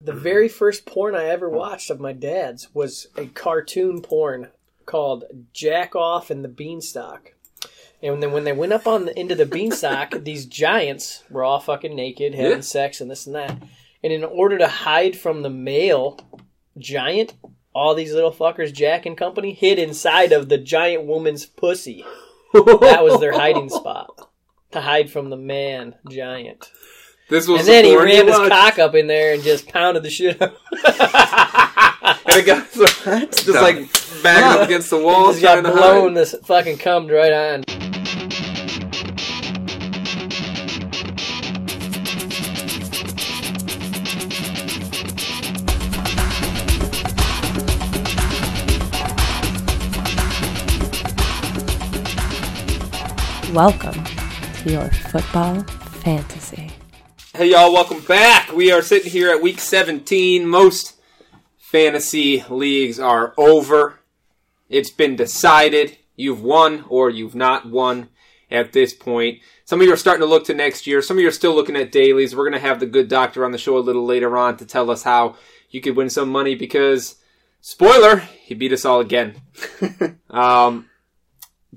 The very first porn I ever watched of my dad's was a cartoon porn called Jack Off and the Beanstalk. And then when they went up on the, into the beanstalk, these giants were all fucking naked, having Yeah. sex and this and that. And in order to hide from the male giant, all these little fuckers, Jack and company, hid inside of the giant woman's pussy. That was their hiding spot to hide from the man giant. This was And then the he porn ran his watched. cock up in there and just pounded the shit out. and it got so, just Done. like back up against the wall, Just got trying to blown hide. this fucking cummed right on. Welcome to your football fantasy. Hey y'all, welcome back. We are sitting here at week 17. Most fantasy leagues are over. It's been decided. You've won or you've not won at this point. Some of you are starting to look to next year. Some of you are still looking at dailies. We're going to have the good doctor on the show a little later on to tell us how you could win some money because, spoiler, he beat us all again. um,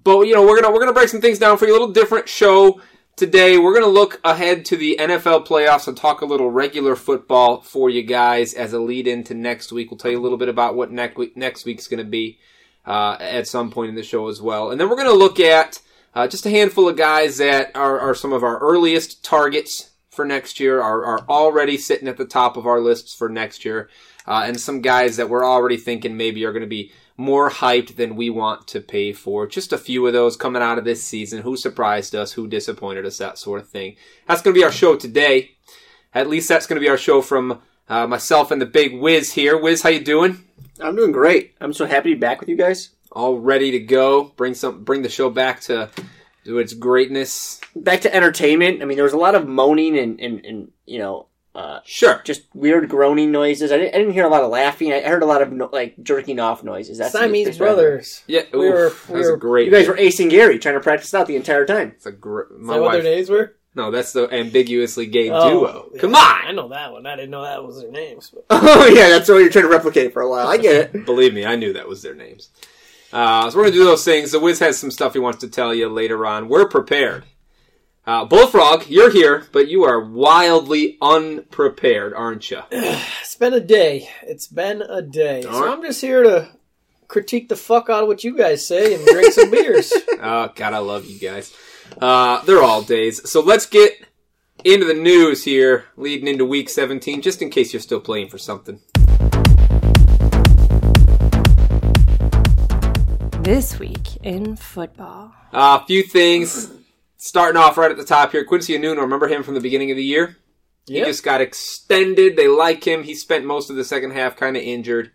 but you know we're gonna we're gonna break some things down for you. A little different show today. We're gonna look ahead to the NFL playoffs and talk a little regular football for you guys as a lead into next week. We'll tell you a little bit about what next week next week's gonna be uh, at some point in the show as well. And then we're going to look at uh, just a handful of guys that are, are some of our earliest targets for next year, are, are already sitting at the top of our lists for next year, uh, and some guys that we're already thinking maybe are going to be more hyped than we want to pay for. Just a few of those coming out of this season. Who surprised us? Who disappointed us? That sort of thing. That's going to be our show today. At least that's going to be our show from uh, myself and the big Wiz here. Wiz, how you doing? I'm doing great. I'm so happy to be back with you guys. all ready to go. Bring some, bring the show back to, to its greatness. Back to entertainment. I mean, there was a lot of moaning and, and, and you know, uh, Sure. just weird groaning noises. I didn't, I didn't hear a lot of laughing. I heard a lot of no, like jerking off noises. That's Siamese that's what I heard. brothers. Yeah, We oof, were- that we was a were- great. You guys were acing Gary, trying to practice out the entire time. It's a gr- Is my that what their wife. names were? No, that's the ambiguously gay Oh, duo. yeah. Come I on, know that one. I didn't know that was their names. But Oh yeah, that's what you're trying to replicate for a while. I get it. believe me, I knew that was their names. Uh, so we're gonna do those things. The Wiz has some stuff he wants to tell you later on. We're prepared. Uh, Bullfrog, you're here, but you are wildly unprepared, aren't you? it's been a day. It's been a day. so right. I'm just here to critique the fuck out of what you guys say and drink some beers. Oh God, I love you guys. Uh, they're all days. So let's get into the news here, leading into Week 17, just in case you're still playing for something. This week in football. A few things. Starting off right at the top here, Quincy Anuno. Remember him from the beginning of the year? Yep. He just got extended. They like him. He spent most of the second half kind of injured.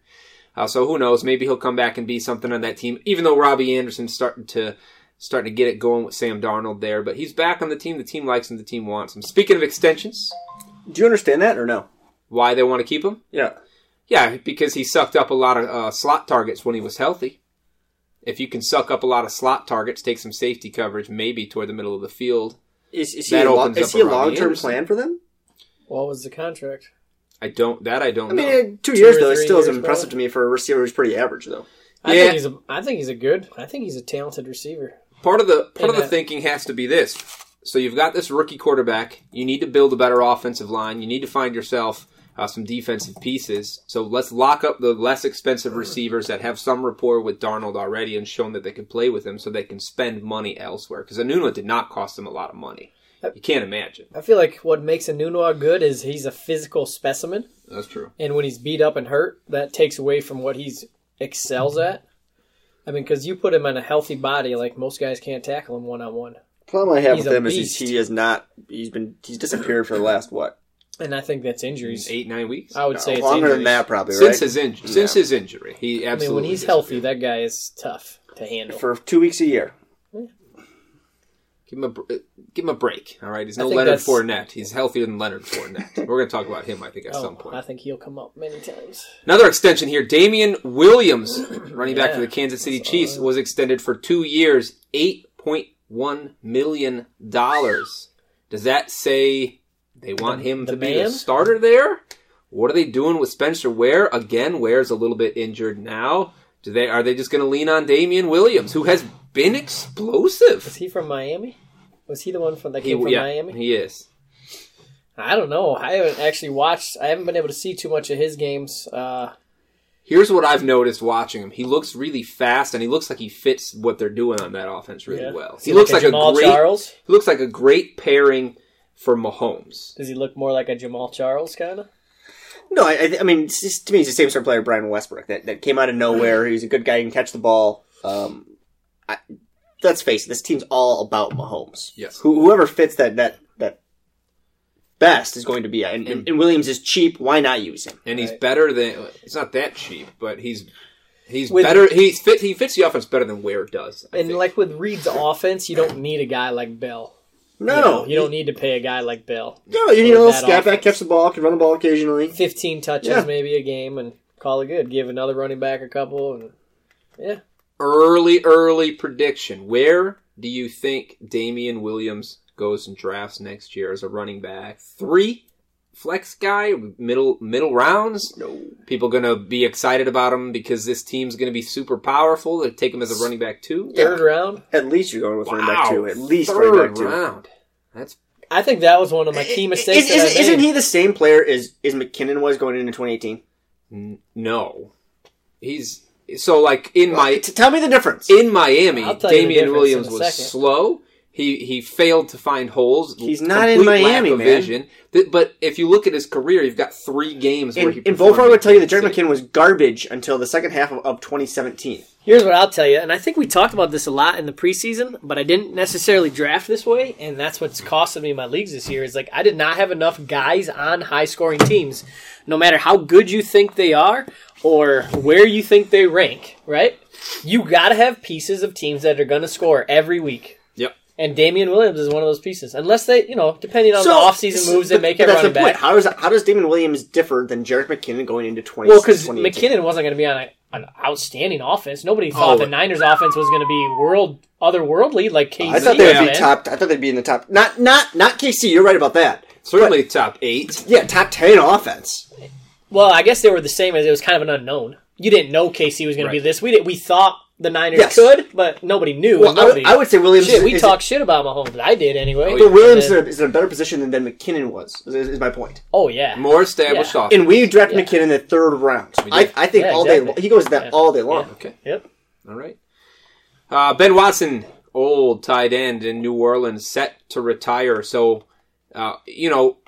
Uh, so who knows? Maybe he'll come back and be something on that team. Even though Robbie Anderson's starting to starting to get it going with Sam Darnold there, but he's back on the team. The team likes him. The team wants him. Speaking of extensions, Do you understand that or no? why they want to keep him? Yeah. Yeah, because he sucked up a lot of uh, slot targets when he was healthy. If you can suck up a lot of slot targets, take some safety coverage maybe toward the middle of the field. Is, is he That a, lo- opens is up he a a Robbie long term Anderson. plan for them? what was the contract? I don't that I don't I mean, know. eh, two Two years or though, it three still is years, impressive to me for a receiver who's pretty average though. I Yeah. think he's a. I think he's a good. I think he's a talented receiver. Part of the part of And, the uh, thinking has to be this. So you've got this rookie quarterback. You need to build a better offensive line. You need to find yourself uh, some defensive pieces. So let's lock up the less expensive receivers that have some rapport with Darnold already and shown that they can play with him, so they can spend money elsewhere. Because Anuna did not cost them a lot of money. You can't imagine. I feel like what makes a Nunua good is he's a physical specimen, That's true. and when he's beat up and hurt, that takes away from what he's excels Mm-hmm. at. I mean, because you put him in a healthy body, like most guys can't tackle him one on one, Problem I have He's with a him is he's, beast. he is not. He's been he's disappeared for the last what and I think that's injuries. Eight nine weeks. I would say it's longer than injuries. that probably right? since his injury. Since his injury, he I mean, absolutely. when he's disappeared. healthy, that guy is tough to handle. for two weeks a year. give him a br- uh, give him a break. All right, he's I no think Leonard that's- Fournette. He's healthier than Leonard Fournette. We're going to talk about him, I think, at oh, some point. I think he'll come up many times. Another extension here. Damian Williams, running back for the Yeah. Kansas City Chiefs, was extended for two years, eight point one million dollars. Does that say they want him The- to the be the man? starter there? What are they doing with Spencer Ware again? Ware's a little bit injured now. Do they are they just going to lean on Damian Williams, who has been Is explosive? he from Miami? Was he the one from that came from yeah, Miami? he is. I don't know. I haven't actually watched. I haven't been able to see too much of his games. Uh, Here's what I've noticed watching him. He looks really fast, and he looks like he fits what they're doing on that offense really Yeah. well. is He looks like a, Jamal great. Charles. He looks like a great pairing for Mahomes. Does he look more like a Jamal Charles kind of? No, I, I- I mean, it's just- to me, he's the same sort of player, Brian Westbrook, that, that came out of nowhere. He was a good guy, he can catch the ball. Um, I, let's face it, this team's all about Mahomes. Yes. Who, whoever fits that, that, that best is going to be. And, Mm. and, and Williams is cheap. Why not use him? And he's Right. better than. It's not that cheap, but he's he's With- better. He's fit. He fits the offense better than Ware does. I And think. like with Reed's offense, you don't need a guy like Bell. You, No, know, you don't need to pay a guy like Bell. No, you need a little that scat offense. that catch the ball, can run the ball occasionally. Fifteen touches Yeah. maybe a game and call it good. Give another running back a couple and yeah. early, early prediction. Where do you think Damian Williams goes and drafts next year as a running back? Three flex guy, middle middle rounds. No. People gonna be excited about him because this team's gonna be super powerful. They take him as a running back too. Third round. At least you're going with running back Wow, two. At least third running back two. round. That's I think that was one of my key mistakes. Is, is, that I isn't made. he the same player as, as McKinnon was going into 2018? n- no. He's so like in my T- Tell me the difference. in Miami, I'll tell you the difference Damian in Williams a was second. slow. He he failed to find holes. He's not in Complete Miami, lack of man. Vision. Th- But if you look at his career, you've got three games where And, he. and performed Volfar would tell you that Jerry decent. McKinnon was garbage until the second half of, of 2017. Here's what I'll tell you, and I think we talked about this a lot in the preseason, but I didn't necessarily draft this way, and that's what's costing me my leagues this year. Is like I did not have enough guys on high scoring teams, no matter how good you think they are or where you think they rank. Right? You got to have pieces of teams that are going to score every week. Yep. And Damian Williams is one of those pieces, unless they, you know, depending on the offseason moves they but- make but at that's running the point. back. How does how does Damon Williams differ than Jarek McKinnon going into 20, Well, because 2018? McKinnon wasn't going to be on a, an outstanding offense. Nobody thought Oh, the but- Niners' offense was going to be world otherworldly like KC. I thought they would man. be top. I thought they'd be in the top. Not not not KC. You're right about that. Certainly top eight. Yeah, top ten offense. Well, I guess they were the same as it was kind of an unknown. You didn't know KC was going to be Right. this. We did, we thought the Niners Yes. could, but nobody knew. Well, I would- nobody. I, would say Williams. shit, is- we is- talk shit about Mahomes. I did anyway. Oh, yeah. But Williams is And in a- is in a better position than, than McKinnon was. Is, is my point. Oh yeah. More established Yeah. offense. And we drafted McKinnon in the third round. did. I, I think Yeah, all day exactly. long. he goes that Yeah. all day long. Yeah. Okay. Yep. All right. Uh, ben Watson, old tight end in New Orleans, set to retire. So, uh, you know,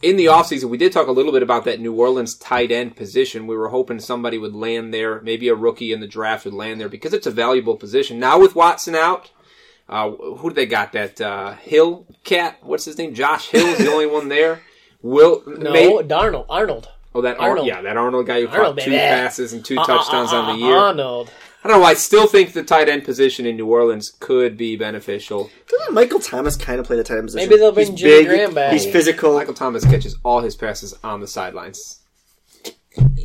in the offseason, we did talk a little bit about that New Orleans tight end position. We were hoping somebody would land there. Maybe a rookie in the draft would land there because it's a valuable position. Now, with Watson out, uh, who do they got? That uh, Hill cat? What's his name? Josh Hill is the only one there. Will No, may- Darnold. Arnold. Uh, oh that Arnold Arnold. yeah that Arnold guy who Arnold, caught two baby. passes and two touchdowns on the year. Arnold. I don't know. I still think the tight end position in New Orleans could be beneficial. Doesn't Michael Thomas kind of play the tight end position? Maybe they'll bring he's Jimmy big, Graham back. He's physical. Michael Thomas catches all his passes on the sidelines.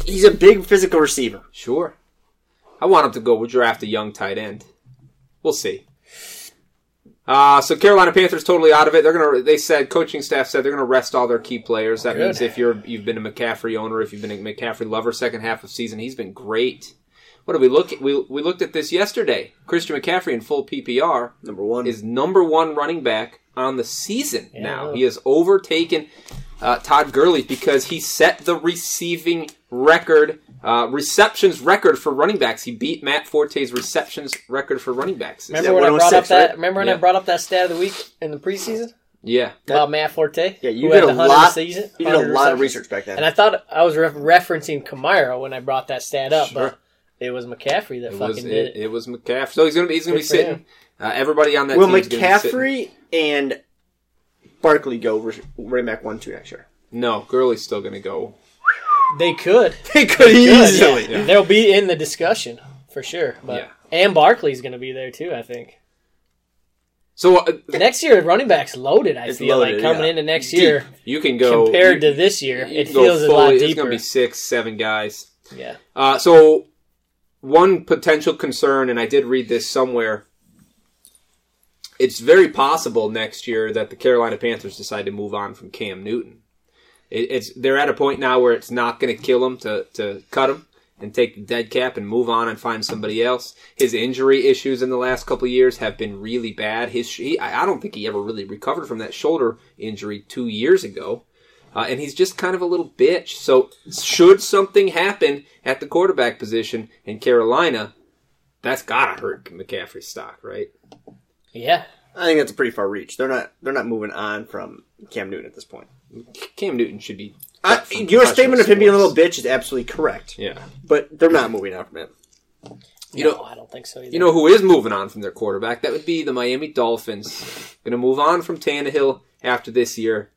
He's a big physical receiver. Sure. I want him to go. We'll draft a young tight end. We'll see. Uh, so Carolina Panthers totally out of it. They're gonna. They said coaching staff said they're gonna rest all their key players. That means if you're you've been a McCaffrey owner, if you've been a McCaffrey lover, second half of season he's been great. What did we look? At? We we looked at this yesterday. Christian McCaffrey in full PPR. Number one. is number one running back on the season now. Yeah. He has overtaken uh, Todd Gurley because he set the receiving record, uh, receptions record for running backs. He beat Matt Forte's receptions record for running backs. Remember Yeah, when I brought up 106, that? right? Remember when I Yeah. brought up that stat of the week in the preseason yeah. about Matt Forte? yeah, you who did had a the 100 lot. season- you did a 100 lot of receptions? research back then. And I thought I was re- referencing Kamara when I brought that stat up, Sure. but it was McCaffrey that It fucking was, it, did it. it was McCaffrey. So he's gonna be he's gonna Good be for sitting. him. Uh, everybody on that Will team's gonna be sitting. McCaffrey and Barkley go re- running back one two next year? No, Gurley's still gonna go. They could. They could Good, yeah. They'll be in the discussion for sure. But Yeah. and Barkley's going to be there too. I think So uh, next year running backs loaded. I It's feel loaded, like coming yeah. into next year you can go compared you- to this year, you it can go feels a lot fully- It's deeper. gonna be six, seven guys. Yeah, Uh, so, one potential concern, and I did read this somewhere. It's very possible next year that the Carolina Panthers decide to move on from Cam Newton. It, it's they're at a point now where it's not going to kill him to to cut him and take the dead cap and move on and find somebody else. His injury issues in the last couple of years have been really bad. His sh- he, I I don't think he ever really recovered from that shoulder injury two years ago. Uh, and he's just kind of a little bitch. So, should something happen at the quarterback position in Carolina, that's gotta hurt McCaffrey's stock, right? Yeah. I think that's a pretty far reach. They're not they're not moving on from Cam Newton at this point. Cam Newton should be. I, cut from your professional statement of him being a little sports. bitch is absolutely correct, Yeah. but they're not moving on from him. You know, I don't think so either. You know who is moving on from their quarterback? That would be the Miami Dolphins. Going to move on from Tannehill after this year.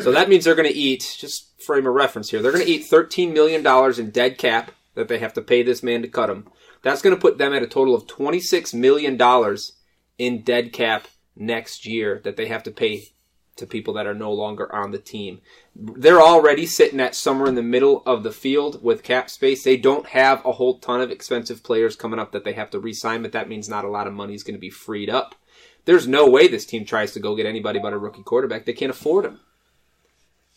So that means they're going to eat, just frame a reference here, they're going to eat $13 million in dead cap that they have to pay this man to cut him. That's going to put them at a total of $26 million in dead cap next year that they have to pay to people that are no longer on the team. They're already sitting at somewhere in the middle of the field with cap space. They don't have a whole ton of expensive players coming up that they have to re sign, but that means not a lot of money is going to be freed up. There's no way this team tries to go get anybody but a rookie quarterback. They can't afford him.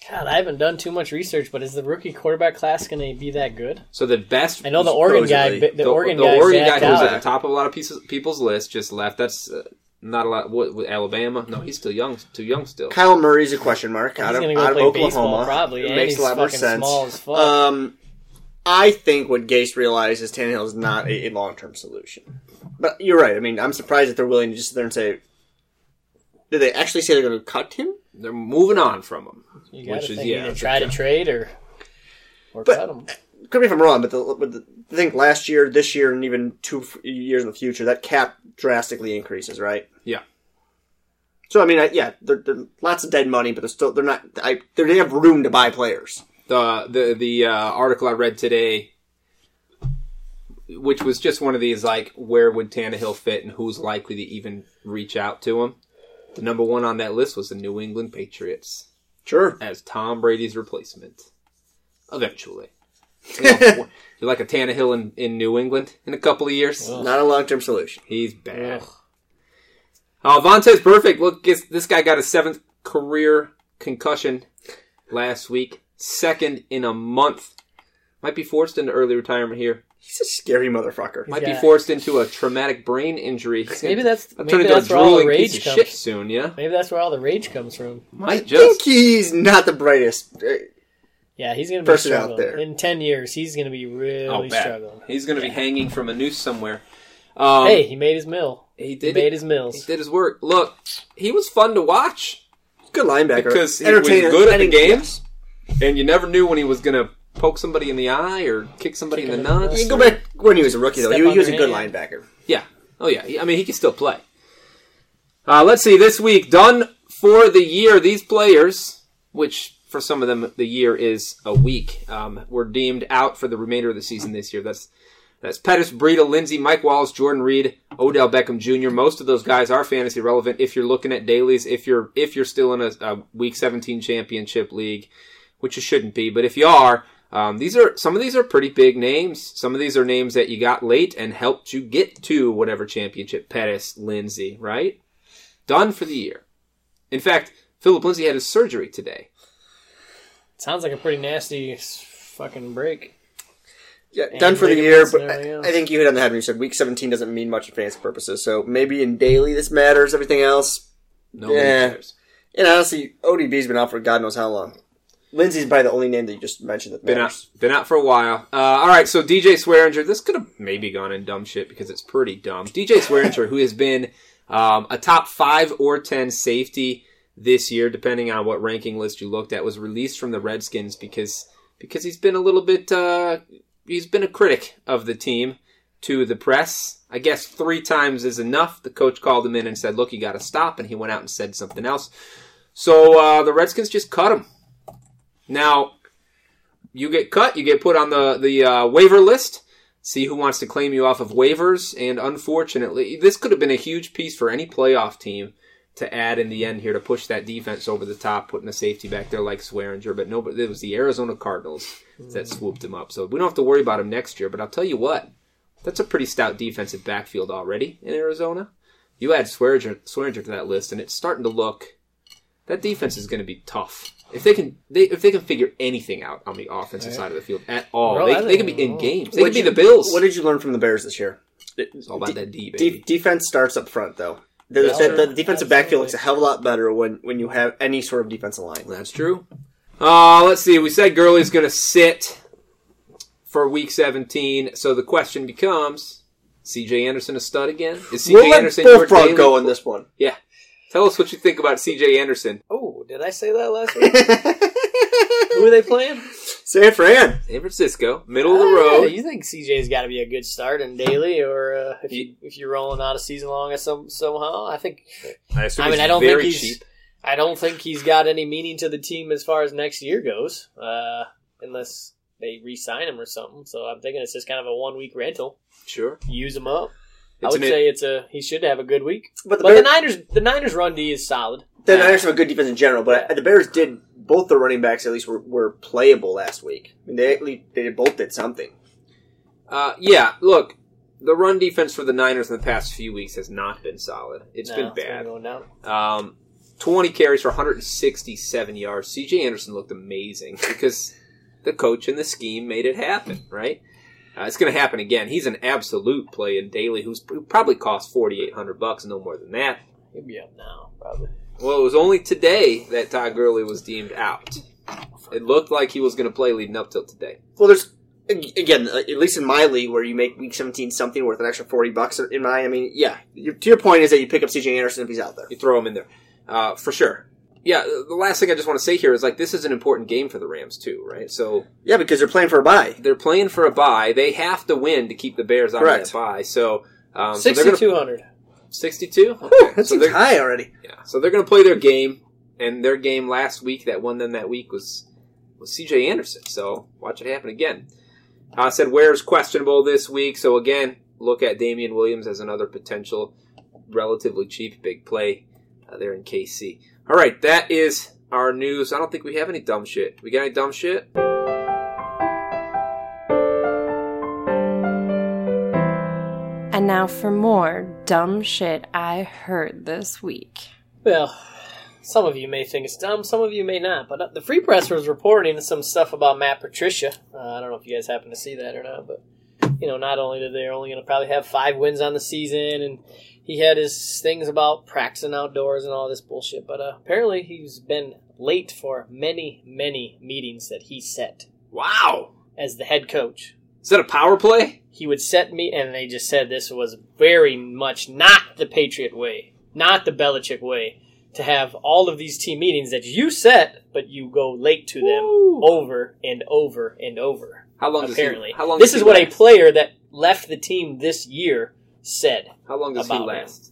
God, I haven't done too much research, but is the rookie quarterback class going to be that good? So the best. I know the Oregon guy, Supposedly. the, the Oregon guy, Oregon backed guy who's at out. the top of a lot of pieces, people's list just left. That's uh, not a lot. What, what, Alabama? No, he's still young. Too young still. Kyle Murray's a question mark out He's of, gonna go out of play Oklahoma. baseball probably, It and makes he's a lot more fucking sense. small as fuck. Um, I think what Gase realized is Tannehill is not a, a long term solution. But you're right. I mean, I'm surprised that they're willing to just sit there and say, "Did they actually say they're going to cut him?" They're moving on from him. You got which to is- think yeah, either it's try to trade or or But- cut him. Correct me if I'm wrong, but the, but the I think last year, this year, and even two f- years in the future, that cap drastically increases, right? Yeah. So I mean, I, yeah, there, there lots of dead money, but they're still they're not. I, they're, they have room to buy players. the the the uh, article I read today, which was just one of these like where would Tannehill fit and who's likely to even reach out to him. The number one on that list was the New England Patriots Sure. as Tom Brady's replacement, eventually. You know, you're like a Tannehill in, in New England in a couple of years. Not a long term solution. He's bad. Ugh. Uh, Vontae's perfect. Look, guess- this guy got his seventh career concussion last week, second in a month. Might be forced into early retirement here. He's a scary motherfucker. Might Yeah. be forced into a traumatic brain injury. He's gonna Maybe that's- turn maybe into that's a where all the drooling rage piece of comes. shit soon. Yeah, Maybe that's where all the rage comes from. might I think just he's not the brightest. Uh, Yeah, he's going to be Person out struggling there. in ten years. He's going to be oh, really bad. struggling. He's gonna be hanging from a noose somewhere. Um, hey, he made his mill. he He did made it. his He mills. did his work. Look, he was fun to watch Good linebacker. because he was Entertainer. good at the Any- games, and you never knew when he was gonna poke somebody in the eye or kick somebody Kick in the him in the nuts. You go back when he was a rookie, though. Step He, was- on he was a your good hand. linebacker. Yeah. Oh yeah. He- I mean, he can still play. Uh, let's see. This week, done for the year. These players, which for some of them the year is a week, um, were deemed out for the remainder of the season this year. That's that's Pettis, Breida, Lindsey, Mike Wallace, Jordan Reed, Odell Beckham Jr. Most of those guys are fantasy relevant if you're looking at dailies. If you're if you're still in a, a Week 17 championship league, which you shouldn't be, but if you are, um, these are some of these are pretty big names. Some of these are names that you got late and helped you get to whatever championship. Pettis, Lindsay, right? Done for the year. In fact, Philip Lindsay had his surgery today. Sounds like a pretty nasty s- fucking break. Yeah, And done for the year, ligaments but and everything I, else. I think you hit on the head when you said week 17 doesn't mean much in fantasy purposes. So maybe in daily this matters, everything else. No Yeah. cares. And honestly, ODB's been out for God knows how long. Lindsey's probably the only name that you just mentioned that Been out, matters. been out for a while. Uh, all right, so DJ Swearinger, this could have maybe gone in dumb shit because it's pretty dumb. DJ Swearinger, who has been um, a top five or ten safety this year, depending on what ranking list you looked at, was released from the Redskins because because he's been a little bit uh, he's been a critic of the team to the press. I guess three times is enough. The coach called him in and said, "Look, you got to stop," and he went out and said something else. So uh, the Redskins just cut him. Now you get cut, you get put on the the uh, waiver list. See who wants to claim you off of waivers. And unfortunately, this could have been a huge piece for any playoff team to add in the end here to push that defense over the top, putting a safety back there like Swearinger. But no, but it was the Arizona Cardinals that Mm. swooped him up. So we don't have to worry about him next year. But I'll tell you what, that's a pretty stout defensive backfield already in Arizona. You add Swearinger, Swearinger to that list, and it's starting to look That defense is going to be tough. If they can, they, if they can figure anything out on the offensive side of the field at all, Bro, I they, think- they can be in games. They What'd can be you- the Bills. What did you learn from the Bears this year? it's all about that D, De- baby. defense starts up front, though. The, That's the- true. the defensive backfield Absolutely. looks a hell of a lot better when, when you have any sort of defensive line. That's true. Uh, let's see. We said Gurley's going to sit for Week 17, so the question becomes: C.J. Anderson a stud again? Is C.J. We'll let Anderson your Bullfrog daily- go on this one. Yeah. Tell us what you think about C.J. Anderson. Oh, did I say that last week? Who are they playing? San Fran. San Francisco, middle of the Ah, road. you think CJ's got to be a good start in daily, or uh, if you if you're rolling out a season long at some somehow? I think I, assume I mean, he's I don't very think he's- cheap. I don't think he's got any meaning to the team as far as next year goes, uh, unless they re-sign him or something. So I'm thinking it's just kind of a one week rental. Sure. Use him up. I It's would an- say it's a he should have a good week. But the, But the Bears, Niners, the Niners run D is solid. the Niners have a good defense in general, but the Bears did both their running backs at least were, were playable last week. I mean, they at least, they both did something. Uh, yeah, look, the run defense for the Niners in the past few weeks has not been solid. It's No, been It's been bad. going down. Um, 20 carries for 167 yards. CJ Anderson looked amazing because the coach and the scheme made it happen, right? Uh, it's going to happen again. He's an absolute play in Daly, who's who probably cost 4800 bucks, no more than that. He'll be up now, probably. Well, it was only today that Todd Gurley was deemed out. It looked like he was going to play leading up till today. Well, there's again, uh, at least in my league where you make week 17 something worth an extra 40 bucks in my, I mean, yeah. Your, to your point is that you pick up CJ Anderson if he's out there. You throw him in there, uh, for sure. Yeah, the last thing I just want to say here is like this is an important game for the Rams too, right? So Yeah, because they're playing for a bye. they're playing for a bye. They have to win to keep the Bears out Correct. of that bye. So um, so they're gonna- Sixty-two hundred. 62? Whew, Okay. that so, seems they're, high already. yeah. so they're going to play their game, and their game last week that won them that week was was C.J. Anderson. So watch it happen again. I said Ware's questionable this week. So again, look at Damian Williams as another potential relatively cheap big play uh, there in KC. All right, that is our news. I don't think we have any dumb shit. We got any dumb shit? And now for more dumb shit I heard this week. Well, some of you may think it's dumb, some of you may not, but uh, the Free Press was reporting some stuff about Matt Patricia. Uh, I don't know if you guys happen to see that or not, but you know, not only that they're only going to probably have five wins on the season, and he had his things about practicing outdoors and all this bullshit, but uh, apparently he's been late for many, many meetings that he set Wow. as the head coach. Is that a power play? He would set me, and they just said this was very much not the Patriot way, not the Belichick way, to have all of these team meetings that you set, but you go late to them over and over and over. How long does Apparently, he, how long this does is he what a last? player that left the team this year said. How long does he about him. last?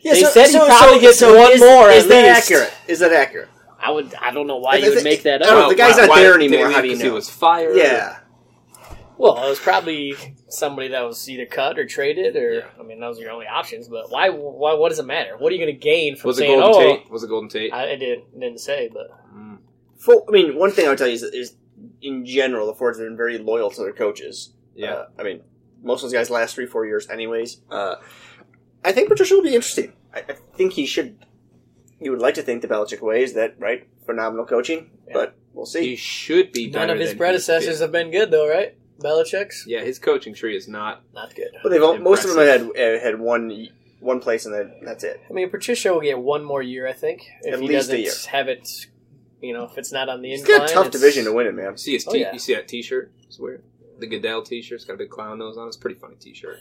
Yeah, They said he probably gets one is, more Is at that least. accurate? Is that accurate? I would, I don't know why I you would think- make that I don't up. the guy's not why there did he anymore, leave? how do you 'Cause He know? was fired. Yeah. Well, it was probably somebody that was either cut or traded, or Yeah. I mean, those are your only options. But why? Why? What does it matter? What are you going to gain from Was it saying, Golden "Oh"? Tate? Was it Golden Tate? I, I didn't didn't say, but Full, I mean, one thing I would tell you is, is in general, the Fords have been very loyal to their coaches. Yeah. Uh, I mean, most of those guys last three, four years, anyways. Uh, I think Patricia will be interesting. I, I think he should. You would like to think the Belichick way is that right? Phenomenal coaching, but we'll he see. should be. None better of his than predecessors he's have been good, though, right? Belichick's been. Yeah, his coaching tree is not. not good. But they've all, most of them had Impressive. uh, had one one place, and then that's it. I mean, Patricia will get one more year, I think, if At he least a doesn't year. have it. You know, if it's not on the It's incline, got a tough it's- division to win it, man. You see his. T- Oh, yeah. You see that T-shirt? It's weird. The Goodell T-shirt. It's got a big clown nose on. it. It's a pretty funny T-shirt.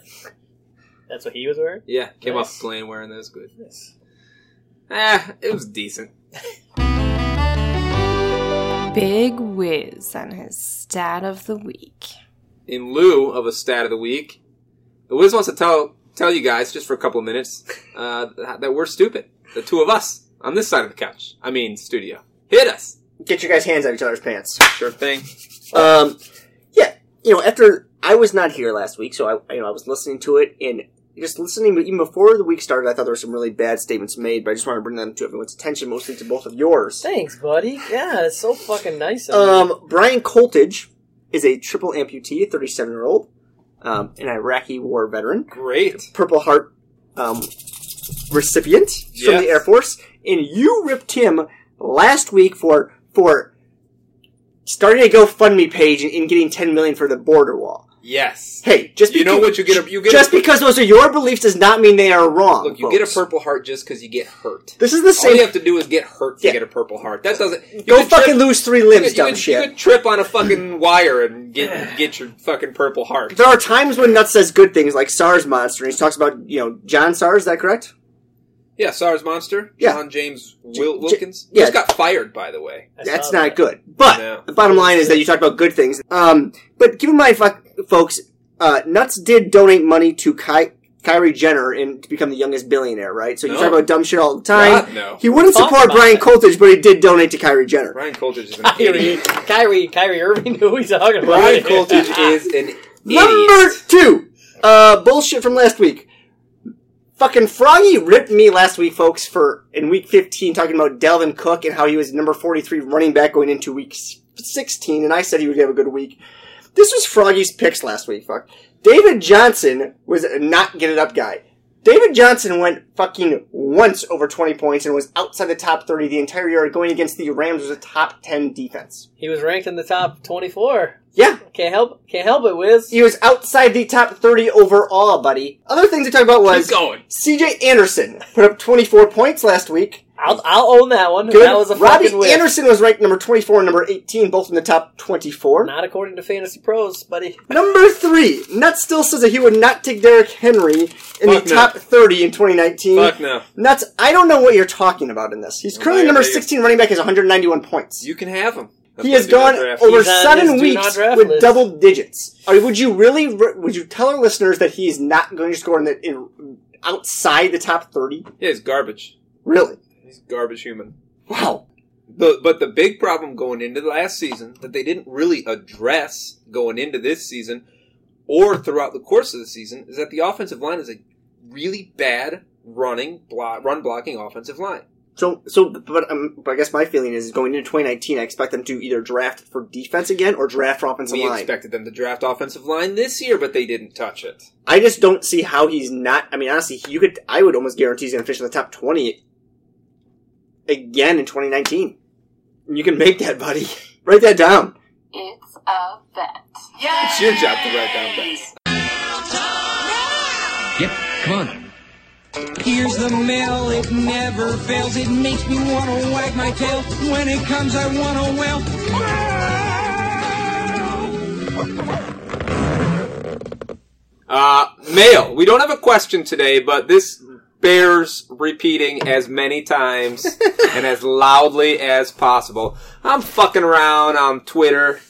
That's what he was wearing. Yeah, came off Nice. the plane wearing this. Good. Yes. Ah, it was decent. Big Wiz and his stat of the week. In lieu of a stat of the week, the Wiz wants to tell tell you guys just for a couple of minutes uh, that we're stupid. The two of us on this side of the couch. I mean, studio. Hit us. Get your guys' hands out of each other's pants. Sure thing. Um, yeah, you know, after I was not here last week, so I, you know, I was listening to it and just listening. But even before the week started, I thought there were some really bad statements made, but I just wanted to bring them to everyone's attention, mostly to both of yours. Thanks, buddy. Yeah, that's so fucking nice. Of you. Um, Brian Coltage is a triple amputee, a 37 year old, um, an Iraqi war veteran, Great. Purple Heart um, recipient from Yes. the Air Force, and you ripped him last week for for starting a GoFundMe page and, and getting ten million for the border wall. Yes. Hey, just You know what you get a- you get a- just because those are your beliefs does not mean they are wrong. Look, you get a folks. purple heart just because you get hurt. This is the All same. you have to do is get hurt to Yeah. get a purple heart. That doesn't. You Go could fucking trip- lose three you limbs, could- you dumb could- shit. You could trip on a fucking wire and get get your fucking purple heart. there are times when Nuts says good things, like SARS monster, and he talks about you know John SARS. Is that correct? Yeah, SARS monster. Yeah. John James Wil- J- Wilkins. yeah. Just got fired, by the way. I That's saw not that. good. But No. the bottom line is that you talked about good things. Um, but keep in mind, fuck, folks, uh, Nuts did donate money to Ky- Kyrie Jenner and to become the youngest billionaire, right? So you No. talk about dumb shit all the time. God, no. He wouldn't Talk support about Brian it. Coltage, but he did donate to Kyrie Jenner. Brian Coulter is an Kyrie, idiot. Kyrie, Kyrie Irving, who we talking about? Brian Coulter is an Number idiot. two, uh, bullshit from last week. Fucking Froggy ripped me last week, folks, for in week 15 talking about Delvin Cook and how he was number 43 running back going into week s- 16, and I said he would have a good week. This was Froggy's picks last week, fuck. David Johnson was a not get it up guy. David Johnson went fucking once over 20 points and was outside the top 30 the entire year going against the Rams was a top 10 defense. He was ranked in the top twenty-four. Yeah, Can't help, can't help it, Wiz. he was outside the top 30 overall, buddy. Other things to talk about Keep was going. CJ Anderson put up 24 points last week. I'll, I'll own that one. Good. That was a Robbie fucking whiz. Anderson was ranked number 24 and number 18, both in the top 24. Not according to Fantasy Pros, buddy. Number three, Nuts still says that he would not take Derrick Henry in Fuck the no. top 30 in 2019. Fuck no. Nuts, I don't know what you're talking about in this. He's currently yeah, number they- 16 running back, has 191 points. You can have him. That's He what has I did gone after after. over He's on his seven do not weeks draft with list. double digits. Are, would you really? Would you tell our listeners that he is not going to score in the in, outside the top thirty? Yeah, he's garbage. Really? He's a garbage human. Wow. But but the big problem going into last season that they didn't really address going into this season or throughout the course of the season is that the offensive line is a really bad running block, run blocking offensive line. So so, but, um, but I guess my feeling is going into twenty nineteen, I expect them to either draft for defense again or draft for offensive We line. expected them to draft offensive line this year, but they didn't touch it. I just don't see how he's not. I mean, honestly, you could. I would almost guarantee he's going to finish in the top twenty again in twenty nineteen. You can make that, buddy. Write that down. It's a bet. It's your job to write down bets. Yep, come on. Here's the mail, it never fails. It makes me want to wag my tail. When it comes, I want to wail. Uh, mail. We don't have a question today, but this bears repeating as many times and as loudly as possible. I'm fucking around on Twitter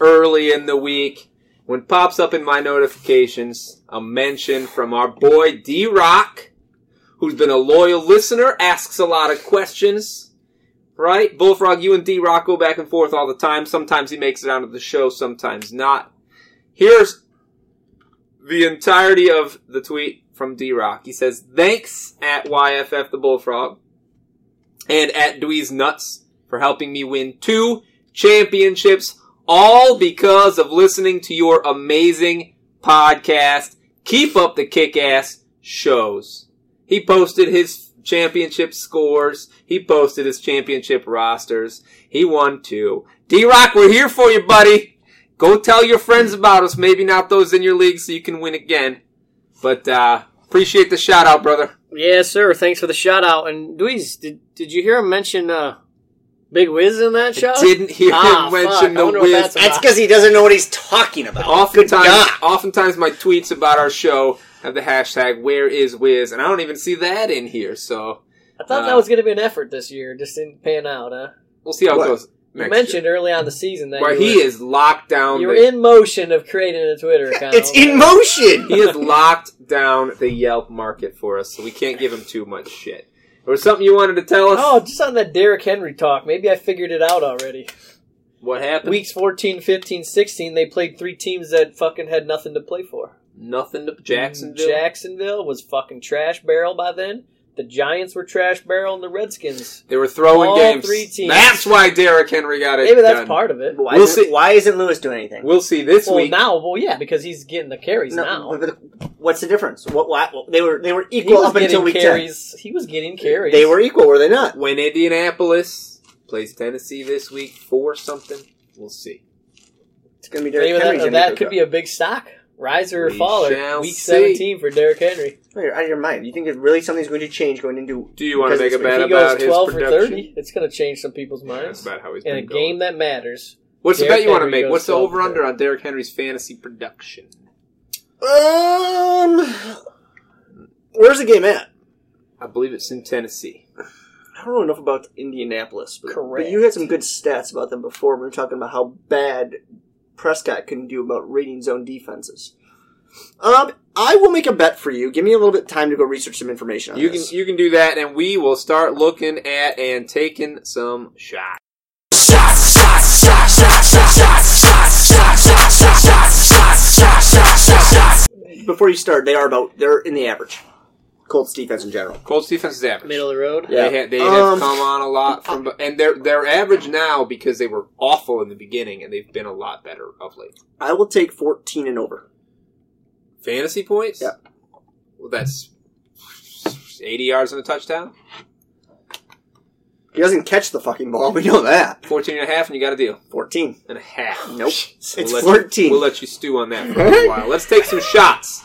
early in the week when pops up in my notifications a mention from our boy D Rock, who's been a loyal listener, asks a lot of questions. Right? Bullfrog, you and D Rock go back and forth all the time. Sometimes he makes it onto the show, sometimes not. Here's the entirety of the tweet from D Rock. He says, Thanks at YFF the Bullfrog and at Dwee's Nuts for helping me win two championships, all because of listening to your amazing podcast. Keep up the kick ass shows. He posted his championship scores. He posted his championship rosters. He won two. D Rock, we're here for you, buddy go tell your friends about us. Maybe not those in your league, so you can win again. But uh, appreciate the shout out, brother. Yes, sir. Thanks for the shout out. And Dweez, did did you hear him mention uh, Big Wiz in that shout? Didn't hear Ah, him mention fuck. I wonder what the whiz. that's about. because he doesn't know what he's talking about. Oftentimes, oftentimes my tweets about our show have the hashtag Where is Wiz, and I don't even see that in here. So I thought uh, that was going to be an effort this year. Just didn't pan out, huh? we'll see how What? it goes. You Next mentioned early on in the season that year. where you he were, is locked down. you were the- in motion of creating a Twitter account. It's in motion. he is locked down the Yelp market for us, so we can't give him too much shit. There was something you wanted to tell us. Oh, just on that Derrick Henry talk. Maybe I figured it out already. What happened? Weeks 14, 15, 16, they played three teams that fucking had nothing to play for. Nothing to Jacksonville. Jacksonville was fucking trash barrel by then. The Giants were trash barrel, and the Redskins. They were throwing All games. three teams. That's why Derrick Henry got it. Maybe that's done. part of it. Why, We'll isn't, see. why isn't Lewis doing anything? We'll see this Well, week. now, well, yeah, because he's getting the carries now. but- but what's the difference? What, why, they were they were He equal was up until getting week carries. He was getting ten. carries. They were equal, were they not? when Indianapolis plays Tennessee this week for something, we'll see. It's going to be Derrick Maybe Henry's that, gonna that go- could be a big stock. Riser or We faller. shall Week see. 17 for Derrick Henry. Oh, You're out of your mind. You think that really something's going to change going into? Do you want to make Because a if bet If he about goes his 12 for production? 30, it's going to change some people's Yeah, that's minds. about how he's In a been game going. that matters. What's the Derrick bet you want to Henry make? goes What's the 12 for over under 30. on Derrick Henry's fantasy production? Um, where's the game at? I believe it's in Tennessee. I don't know enough about Indianapolis, but, Correct. but you had some good stats about them before. We were talking about how bad Prescott can do about reading zone defenses. Um, I will make a bet for you. Give me a little bit of time to go research some information on You can this. you can do that, and we will start looking at and taking some shots. Before you start, they are about they're in the average. Colts defense in general. Colts defense is average. Middle of the road. Yeah. They, ha- they Um, have come on a lot from, and they're they're average now because they were awful in the beginning, and they've been a lot better of late. I will take fourteen and over. Fantasy points? Yeah. Well, that's 80 yards on a touchdown, He doesn't catch the fucking ball. We know that. 14 and a half, and you got a deal. Fourteen. And a half. Nope. We'll It's let you- fourteen. we'll let you stew on that for a little while. Let's take some shots.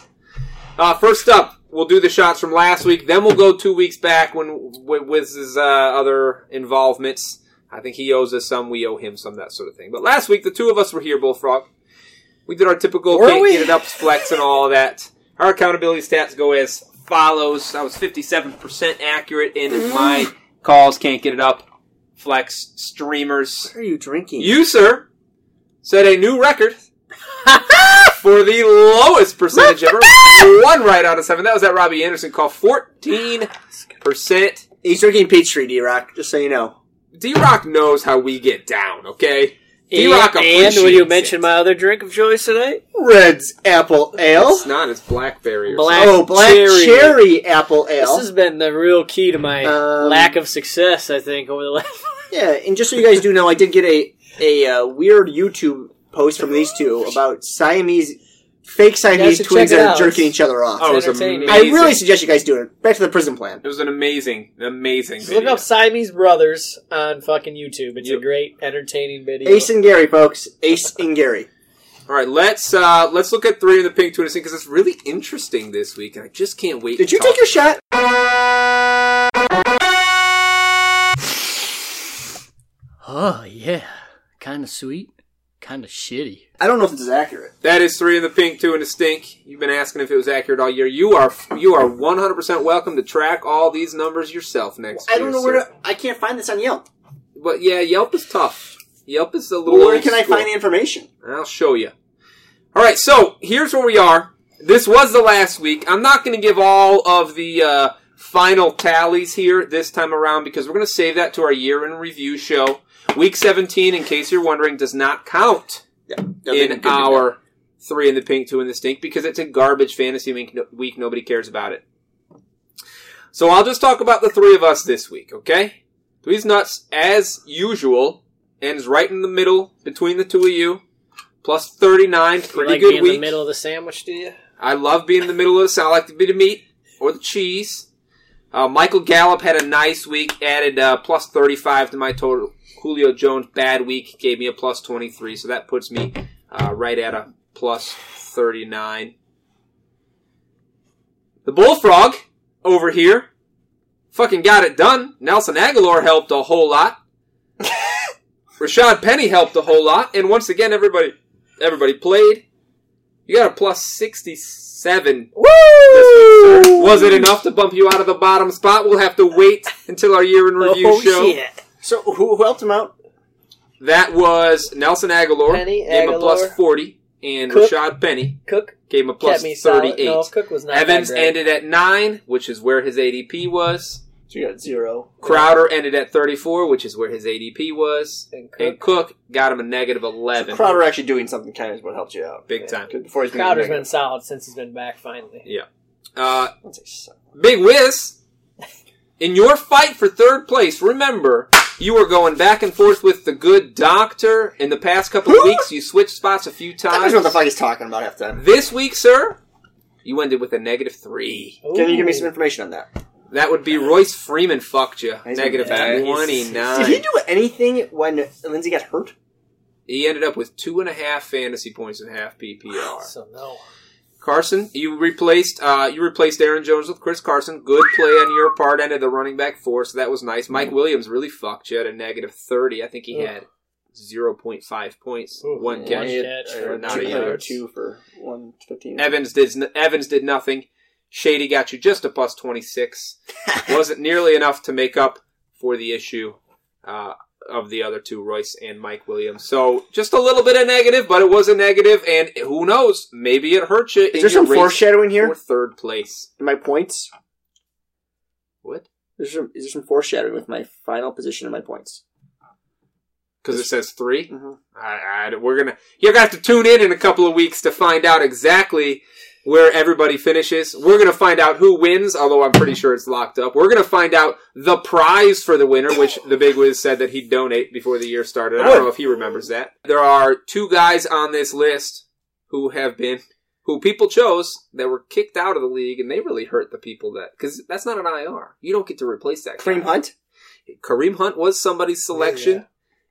Uh, first up, we'll do the shots from last week. Then we'll go two weeks back when with, with his uh, other involvements. I think he owes us some. We owe him some. That sort of thing. But last week, the two of us were here, Bullfrog. We did our typical Were can't we? get it ups, flex, and all that. Our accountability stats go as follows: I was fifty-seven percent accurate Mm-hmm. in my calls. Can't get it up, flex, streamers. What are you drinking? You, sir, set a new record for the lowest percentage ever. One right out of seven. That was that Robbie Anderson call. 14%. He's drinking Peachtree, D Rock, just so you know. D Rock knows how we get down, okay? D Rock And, and will you mention it. my other drink of choice tonight? Red's Apple Ale. It's not, it's Blackberry. Or Black- Oh, Black cherry. Cherry, Apple Ale. This has been the real key to my Um, lack of success, I think, over the last. yeah, and just so you guys do know, I did get a a uh, weird YouTube post from these two about Siamese fake guys Siamese should twins check it that are out. jerking each other off. Oh, it was entertaining. amazing. I really suggest you guys do it. Back to the prison plan. It was an amazing, amazing Just look video. up Siamese Brothers on fucking YouTube. It's Yep. a great, entertaining video. Ace and Gary, folks. Ace and Gary. All right, let's uh, let's look at three in the pink to because it's really interesting this week, and I just can't wait. Did to you talk take your shot? Oh yeah, kind of sweet, kind of shitty. I don't know if this is accurate. That is three in the pink, two in the stink. You've been asking if it was accurate all year. You are you are one hundred percent welcome to track all these numbers yourself next I year. don't know where sir. to. I can't find this on Yelp. But yeah, Yelp is tough. Yelp is a little. Where old can I school. find the information? I'll show you. All right, so here's where we are. This was the last week. I'm not going to give all of the uh, final tallies here this time around because we're going to save that to our year in review show. Week 17, in case you're wondering, does not count in our three in the pink, two in the stink because it's a garbage fantasy week. No- week nobody cares about it. So I'll just talk about the three of us this week, okay? Three's nuts as usual ends right in the middle between the two of you. Plus thirty nine, You pretty like good being week. in the middle of the sandwich, do you? I love being in the middle of this. I like to be the meat or the cheese. Uh, Michael Gallup had a nice week, added uh, plus 35 to my total. Julio Jones, bad week, gave me a plus 23, so that puts me uh, right at a plus 39. The Bullfrog over here fucking got it done. Nelson Aguilar helped a whole lot. Rashad Penny helped a whole lot, and once again, everybody everybody played. You got a plus 67. Woo! Was it enough to bump you out of the bottom spot? We'll have to wait until our year in Oh, review show. So who who helped him out? That was Nelson Aguilar. Penny, gave him a plus Aguilar. 40. And Cook. Rashad Penny Cook gave him a kept plus me solid. 38. No, Cook was not that Evans great. ended at 9, which is where his ADP was. So you got zero. Crowder ended at 34, which is where his ADP was. And Cook. And Cook got him a negative 11. Crowder actually doing something kind of is what helped you out. Big Yeah, time. good Before he's been Crowder's been negative. solid since he's been back finally. Uh, That's a suck. Big Wiz In your fight for third place, remember, you were going back and forth with the good doctor. In the past couple of weeks, you switched spots a few I times. don't know what the fuck he's talking about half the time. This week, sir, you ended with a negative three. Can you give me some information on that? That would be Royce Freeman fucked you. He's- Negative yeah, he's- 29. Did he do anything when Lindsay got hurt? He ended up with two and a half fantasy points and a half PPR. So no. Carson, you replaced uh, you replaced Aaron Jones with Chris Carson. Good play on your part. Ended the running back four, so that was nice. Mm. Mike Williams really fucked you at a negative thirty. I think he had zero point five points, Ooh, one one catch, catch or for not two a yards. yard. two for one fifteen. Evans did n- Evans did nothing. Shady got you just a plus twenty six. Wasn't nearly enough to make up for the issue uh, of the other two, Royce and Mike Williams. So just a little bit of negative, but it was a negative, and who knows? Maybe it hurt you. in Is there some your race foreshadowing here? for third place. In my points? What? Is there, some, is there some foreshadowing with my final position in my points? Because it says 3 Mhm. I, I- we're gonna you're gonna have to tune in in a couple of weeks to find out exactly where everybody finishes. We're gonna find out who wins, although I'm pretty sure it's locked up. We're gonna find out the prize for the winner, which the Big Wiz said that he'd donate before the year started. I don't know if he remembers that. There are two guys on this list who have been who people chose that were kicked out of the league, and they really hurt the people that because that's not an IR. You don't get to replace that. guy. Kareem Hunt? Kareem Hunt was somebody's selection,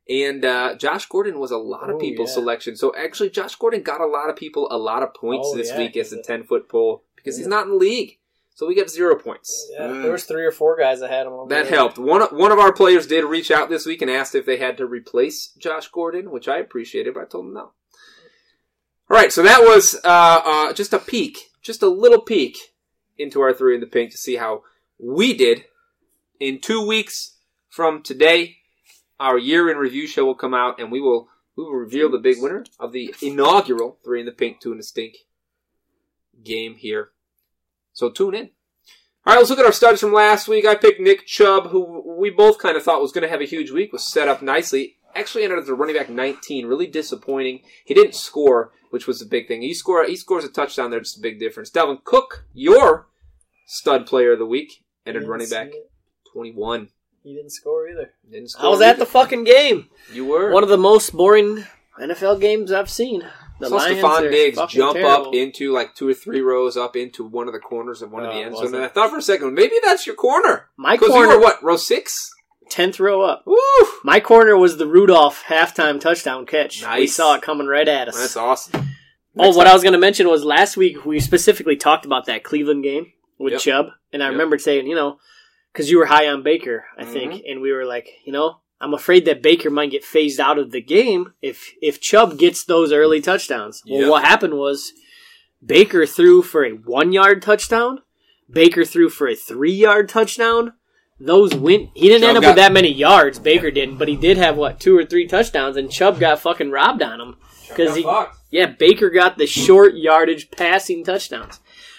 and uh, Josh Gordon was a lot Oh, of people's yeah. selection. So actually, Josh Gordon got a lot of people a lot of points Oh, this yeah, week as a he's a- ten foot pole because he's not in the league. So we got zero points. Yeah, there was three or four guys that had him. Over That there. helped. One one of our players did reach out this week and asked if they had to replace Josh Gordon, which I appreciated, but I told him no. All right, so that was uh, uh, just a peek, just a little peek into our three in the pink to see how we did in two weeks from today. Our year in review show will come out, and we will we will reveal the big winner of the inaugural three in the pink, two in the stink game here. So tune in. All right, let's look at our studs from last week. I picked Nick Chubb, who we both kind of thought was going to have a huge week, was set up nicely. Actually, ended up as a running back 19. Really disappointing. He didn't score, which was the big thing. He score he scores a touchdown there, just a big difference. Dalvin Cook, your stud player of the week, ended Didn't running see back it. 21. He didn't score either. Didn't score I was at the either. fucking game. you were One of the most boring NFL games I've seen. The Saw Lions Stephon are Diggs fucking jump terrible. up into like two or three rows up into one of the corners of one No, of the Uh, it end zone, wasn't. and I thought for a second maybe that's your corner. My because you corner- were what row six? tenth row up. Woo! My corner was the Rudolph halftime touchdown catch. We Nice. saw it coming right at us. That's awesome. Oh, what I was going to mention was last week we specifically talked about that Cleveland game with Yep. Chubb, and I Yep. Mm-hmm. remembered saying, you know, because you were high on Baker, I think, and we were like, you know, I'm afraid that Baker might get phased out of the game if if Chubb gets those early touchdowns. Well, Yep. what happened was Baker threw for a one yard touchdown. Baker threw for a three yard touchdown. Those went. He didn't Chubb end up got- with that many yards. Baker didn't, but he did have what two or three touchdowns, and Chubb got fucking robbed on him because he yeah, Baker got the short yardage passing touchdowns.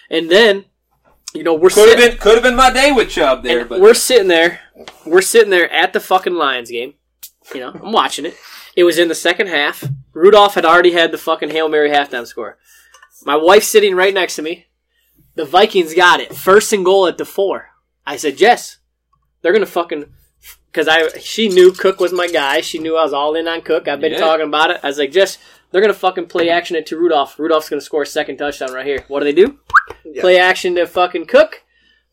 And then, you know, we're Could have sitting, been could have been my day with Chubb there, and but we're sitting there, we're sitting there at the fucking Lions game. You know, I'm watching it. It was in the second half. Rudolph had already had the fucking Hail Mary halftime score. My wife's sitting right next to me. The Vikings got it. First and goal at the four. I said, "Yes, they're gonna fucking." Because I, she knew Cook was my guy. She knew I was all in on Cook. I've been Yeah. talking about it. I was like, "Jess, they're gonna fucking play action it to Rudolph. Rudolph's gonna score a second touchdown right here. What do they do? Play action to fucking Cook.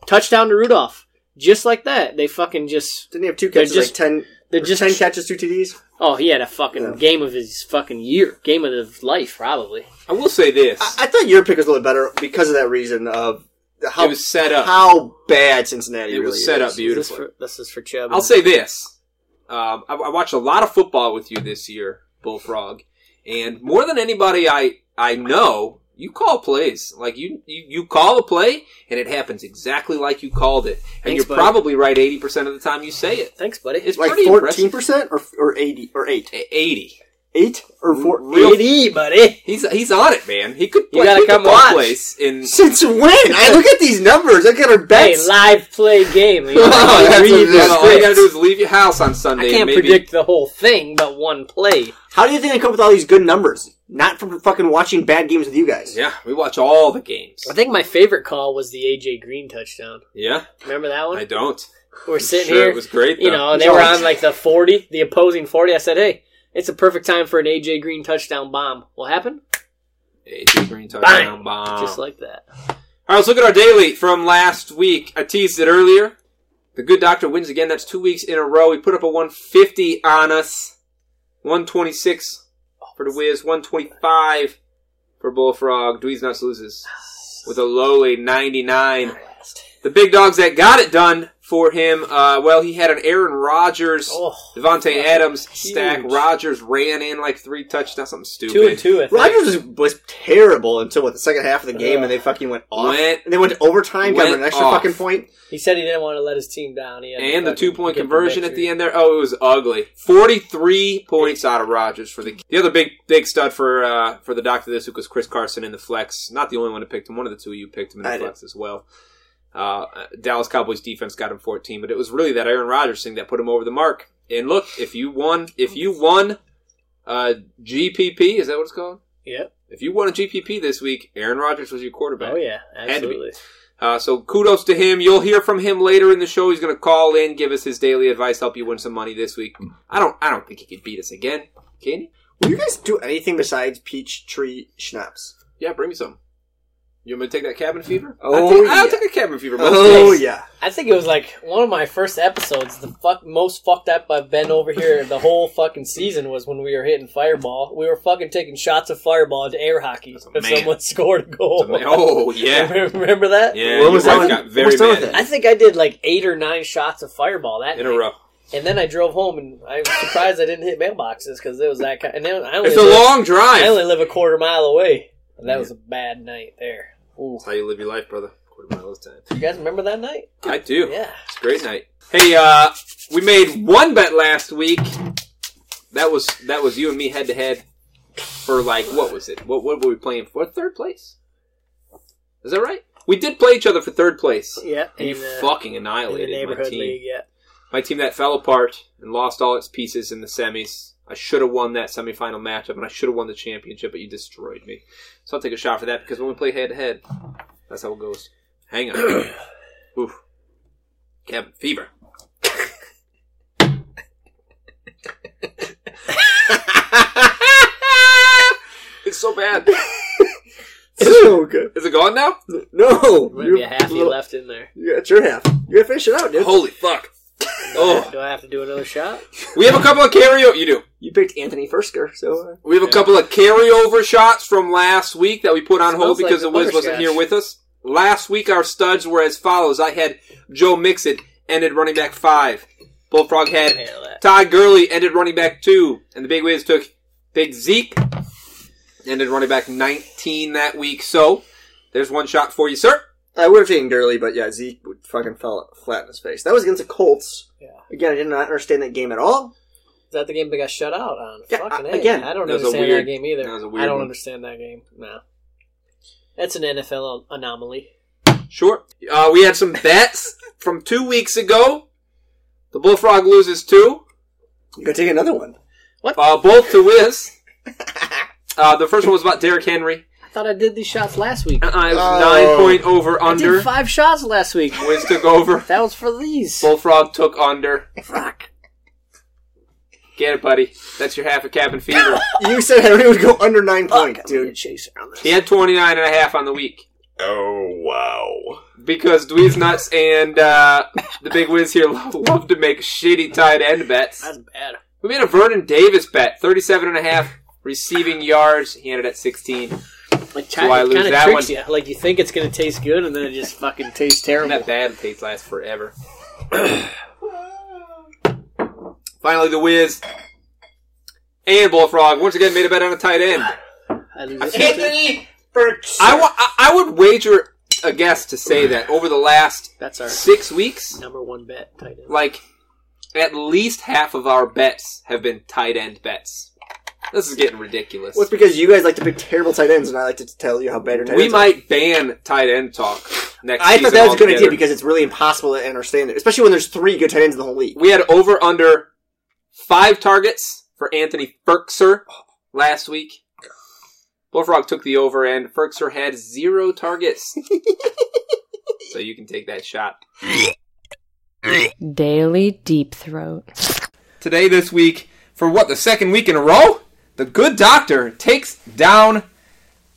Touchdown to Rudolph. Just like that, they fucking just. Didn't he have two They're catches, just- like 10, They're just ten catches, two TDs? Oh, he had a fucking game of his fucking year, game of his life, probably. I will say this. I, I thought your pick was a little better because of that reason of how, It was set up. how bad Cincinnati it really was set is. up beautifully. This, for, this is for Chubb. I'll say this. Um, I, I watched a lot of football with you this year, Bullfrog, and more than anybody I I know, you call plays like you you, you call a play and it happens exactly like you called it, and Thanks, you're buddy. probably right eighty percent of the time you say it. Thanks, buddy. It's Like pretty 14% impressive. or, or 80 or 8? A- Eighty. 8 or 4? Real- AD, buddy. He's he's on it, man. He could play, gotta he could come call watch. plays in Since when? I look at these numbers. I got our Hey, bets. live play game. You Oh, know, that's read what it the is. Well, all you script. gotta do is leave your house on Sunday. I can't and maybe predict the whole thing, but one play. How do you think I come up with all these good numbers? Not from fucking watching bad games with you guys. Yeah, we watch all the games. I think my favorite call was the AJ Green touchdown. Yeah, Remember that one? I don't. We're sitting Sure, here. it was great. Though. you know, and they were on like the 40, the opposing 40. I said, hey, it's a perfect time for an AJ Green touchdown bomb. What happened? AJ Green touchdown bomb. Just like that. All right, let's look at our daily from last week. I teased it earlier. The good doctor wins again. That's two weeks in a row. He put up a 150 on us. 126 for the Wiz. 125 for Bullfrog. Dweez Nuts loses with a lowly 99. The big dogs that got it done for him. Uh, well, he had an Aaron Rodgers, Oh, Devontae Adams stack. huge. Rodgers ran in like three touchdowns. Something stupid. Two and two, I think. Rodgers was, was terrible until what the second half of the game, and they fucking went off. Uh, Went- and they went to overtime, got went an extra off. fucking point. He said he didn't want to let his team down. He had to And the fucking two point get conversion at the victory. end there. Oh, it was ugly. Forty three points out of Rogers for the the other big big stud for uh, for the doctor this week was Chris Carson in the flex. Not the only one who picked him. One of the two of you picked him in the I did. flex as well. Uh, Dallas Cowboys defense got him fourteen, but it was really that Aaron Rodgers thing that put him over the mark. And look, if you won, if you won uh, GPP, is that what it's called? Yep. If you won a GPP this week, Aaron Rodgers was your quarterback. Oh, yeah. to be. Absolutely. Uh, so kudos to him. You'll hear from him later in the show. He's going to call in, give us his daily advice, help you win some money this week. I don't, I don't think he could beat us again. Can you? Will you guys do anything besides peach tree schnapps? Yeah, bring me some. You want me to take that cabin fever? Oh, I take, I'll yeah. take a cabin fever. most Oh days. yeah, I think it was like one of my first episodes. The fuck most fucked up I've been over here the whole fucking season was when we were hitting fireball. We were fucking taking shots of fireball into air hockey a if man. someone scored a goal. Oh yeah, Remember that? yeah. What your was wife that one- Got what very was that mad with I think I did like eight or nine shots of fireball that in night. a row. And then I drove home, and I was surprised I didn't hit mailboxes because it was that kind. And then I only It's a live, long drive. I only live a quarter mile away. And that was a bad night there. That's how you live your life, brother. Quarter mile at a time. You guys remember that night? I do. Yeah. It's a great night. Hey, uh, we made one bet last week. That was that was you and me head to head for like what was it? What what were we playing for? Third place. Is that right? We did play each other for third place. Yeah. And you in the- fucking in the annihilated my neighborhood team. league. Yeah. My team that fell apart and lost all its pieces in the semis. I should have won that semifinal matchup and I should have won the championship, but you destroyed me. So I'll take a shot for that because when we play head to head, that's how it goes. Hang on. Oof. Cabin fever. it's so bad. so good. Is it gone now? No, Might be a half you left in there. Yeah, it's your half. You're gonna finish it out, dude. Holy fuck. Oh, Do I have to do another shot? we have a couple of karaoke. You do. You picked Anthony Fursker, so uh, We have a couple of carryover shots from last week that we put on hold Smells like because the the Wiz wasn't butterscotch. here with us. Last week, our studs were as follows. I had Joe Mixon, ended running back five. Bullfrog had Handle that. Todd Gurley, ended running back two. And the Big Wiz took Big Zeke, ended running back 19 that week. So, there's one shot for you, sir. I would have taken Gurley, but yeah, Zeke would fucking fell flat in his face. That was against the Colts. Yeah. Again, I did not understand that game at all. Is that the game they got shut out on? Yeah, Fucking uh, A. again, I don't that was a understand weird- that game either. that was a weird I don't one. understand that game. No. That's an NFL anomaly. Sure. Uh, we had some bets from two weeks ago. The Bullfrog loses two. You gotta take another one. Uh, both to Wiz. Uh, the first one was about Derrick Henry. I thought I did these shots last week. Uh, it was Oh. nine point over I did under. five shots last week. Wiz took over. That was for these. Bullfrog took under. Get it, buddy. That's your half a cabin fever. You said Henry would go under nine points, dude. Chase on this. he had 29 and a half on the week. Oh wow. Because Dweez Nuts and uh, the big Wiz here love, love to make shitty tight end bets. That's bad. We made a Vernon Davis bet. 37 and a half receiving yards. He ended at 16. Like So I kind lose of that tricks one. you. Like you think it's gonna taste good, and then it just fucking tastes terrible. That bad taste lasts forever. Finally, the Wiz and Bullfrog once again made a bet on a tight end. I lose this one. I, wa- I- I would wager a guess to say that over the last That's our six weeks, number one bet tight end. like at least half of our bets have been tight end bets. This is getting ridiculous. Well, it's because you guys like to pick terrible tight ends, and I like to tell you how bad your tight We ends. are. might ban tight end talk next. I thought season that was a good idea altogether. because it's really impossible to understand it, especially when there's three good tight ends in the whole league. We had over under five targets for Anthony Ferkser last week. Bullfrog took the over, and Ferkser had zero targets. so you can take that shot. Daily Deep Throat. Today, this week, for what, the second week in a row? The good doctor takes down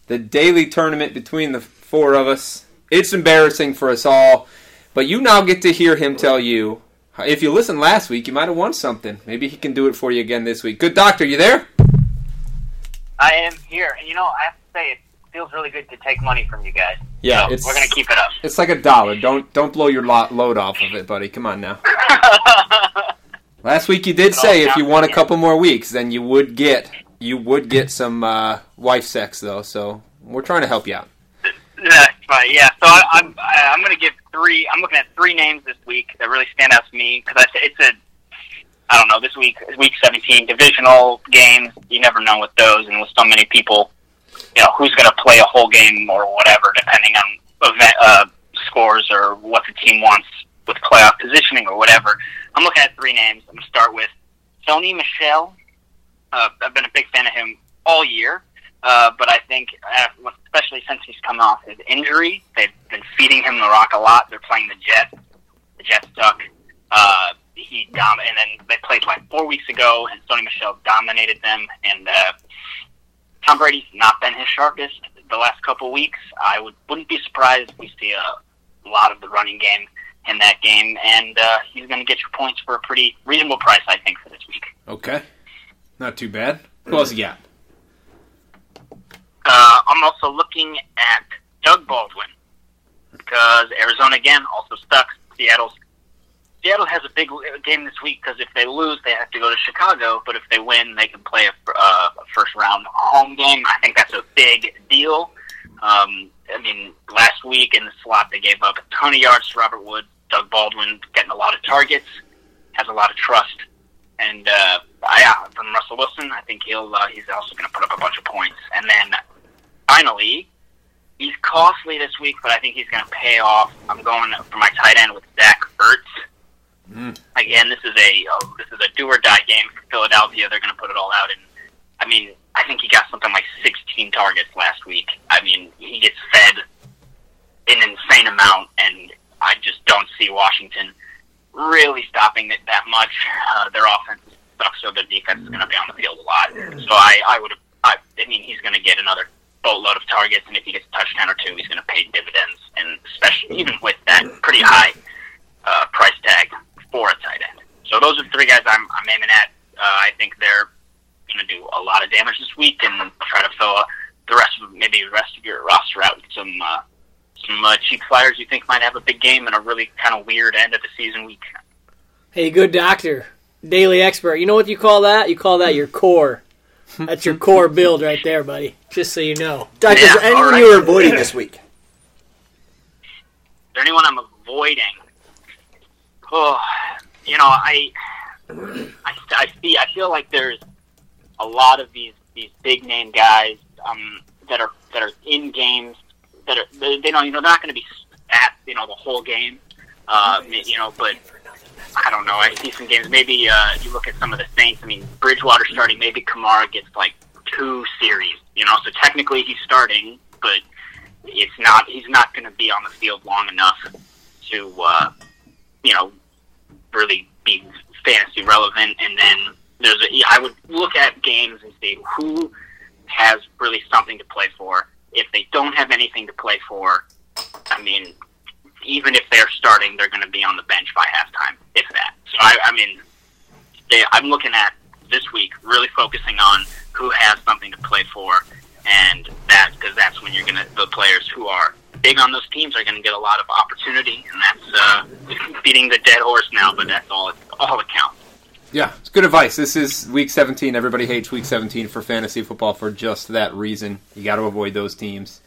the daily tournament between the four of us. It's embarrassing for us all, but you now get to hear him tell you. If you listened last week, you might have won something. Maybe he can do it for you again this week. Good doctor, you there? I am here, and you know I have to say it feels really good to take money from you guys. Yeah, So it's- we're gonna keep it up. It's like a dollar. Don't don't blow your lot, load off of it, buddy. Come on now. Last week you did say if you won a couple more weeks, then you would get you would get some uh, wife sex though. So we're trying to help you out. That's right. Yeah. So I, I'm I- I'm gonna give three. I'm looking at three names this week that really stand out to me because it's a I don't know this week it's week 17 divisional games. You never know with those and with so many people, you know who's gonna play a whole game or whatever depending on event uh, scores or what the team wants with playoff positioning or whatever. I'm looking at three names. I'm gonna start with Sony Michelle. Uh, I've been a big fan of him all year. Uh, but I think, uh, especially since he's come off his injury, they've been feeding him the rock a lot. They're playing the Jets. The Jets suck. Uh, he dom- and then they played like four weeks ago, and Sony Michelle dominated them. And uh, Tom Brady's not been his sharpest the last couple weeks. I would wouldn't be surprised if we see a lot of the running game in that game, and uh, he's going to get your points for a pretty reasonable price, I think, for this week. Okay, not too bad. Who else you got? Uh, I'm also looking at Doug Baldwin because Arizona again also sucks. Seattle's Seattle has a big game this week because if they lose, they have to go to Chicago. But if they win, they can play a, uh, a first round home game. I think that's a big deal. Um, I mean, last week in the slot, they gave up a ton of yards to Robert Woods. Doug Baldwin getting a lot of targets, has a lot of trust, and uh, yeah, from Russell Wilson, I think he'll uh, he's also going to put up a bunch of points. And then finally, he's costly this week, but I think he's going to pay off. I'm going for my tight end with Zach Ertz. Again, this is a uh, this is a do or die game for Philadelphia. They're going to put it all out, and I mean, I think he got something like 16 targets last week. I mean, he gets fed an insane amount, and I just don't see Washington really stopping it that much. Uh, their offense sucks, so their defense is going to be on the field a lot. So I, I would, I, I mean, he's going to get another boatload of targets, and if he gets a touchdown or two, he's going to pay dividends, and especially even with that pretty high uh, price tag for a tight end. So those are the three guys I'm, I'm aiming at. Uh, I think they're going to do a lot of damage this week and try to fill uh, the rest of maybe the rest of your roster out with some. Uh, some uh, cheap flyers you think might have a big game and a really kind of weird end of the season week. Hey, good doctor, daily expert. You know what you call that? You call that your core. That's your core build right there, buddy. Just so you know. Doctor, is there Yeah, anyone alright. you were avoiding this week? Is there anyone I'm avoiding? Oh, you know, I, I, I see. I feel like there's a lot of these these big name guys um, that are that are in games that are they, they don't you know they're not going to be at you know the whole game, uh, you know. But I don't know. I see some games. Maybe uh, you look at some of the Saints. I mean, Bridgewater starting. Maybe Kamara gets like two series. You know, so technically he's starting, but it's not he's not going to be on the field long enough to uh, you know really be fantasy relevant. And then there's a, I would look at games and see who has really something to play for. If they don't have anything to play for, I mean, even if they're starting, they're going to be on the bench by halftime, if that. So I, I mean, they, I'm looking at this week really focusing on who has something to play for, and that because that's when you're gonna the players who are big on those teams are gonna get a lot of opportunity, and that's uh, beating the dead horse now, but that's all it, all it counts. Yeah, it's good advice. This is week 17. Everybody hates week 17 for fantasy football for just that reason. You got to avoid those teams.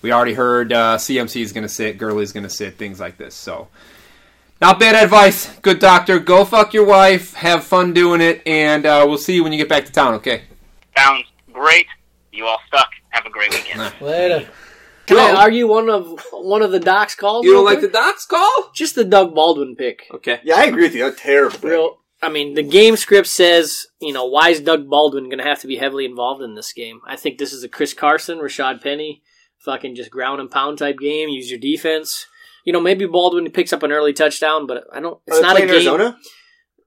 We already heard uh, CMC is going to sit, Gurley's going to sit, things like this. So, not bad advice. Good doctor. Go fuck your wife. Have fun doing it, and uh, we'll see you when you get back to town. Okay. Sounds great. You all suck. Have a great weekend. Later. Can I argue one of one of the doc's calls? You don't real like the quick? docs call? just the Doug Baldwin pick. Okay. Yeah, I agree with you. That's terrible. Real. I mean, the game script says, you know, why is Doug Baldwin going to have to be heavily involved in this game? I think this is a Chris Carson, Rashad Penny, fucking just ground and pound type game. Use your defense. You know, maybe Baldwin picks up an early touchdown, but I don't. It's Are they not a playing game. Arizona?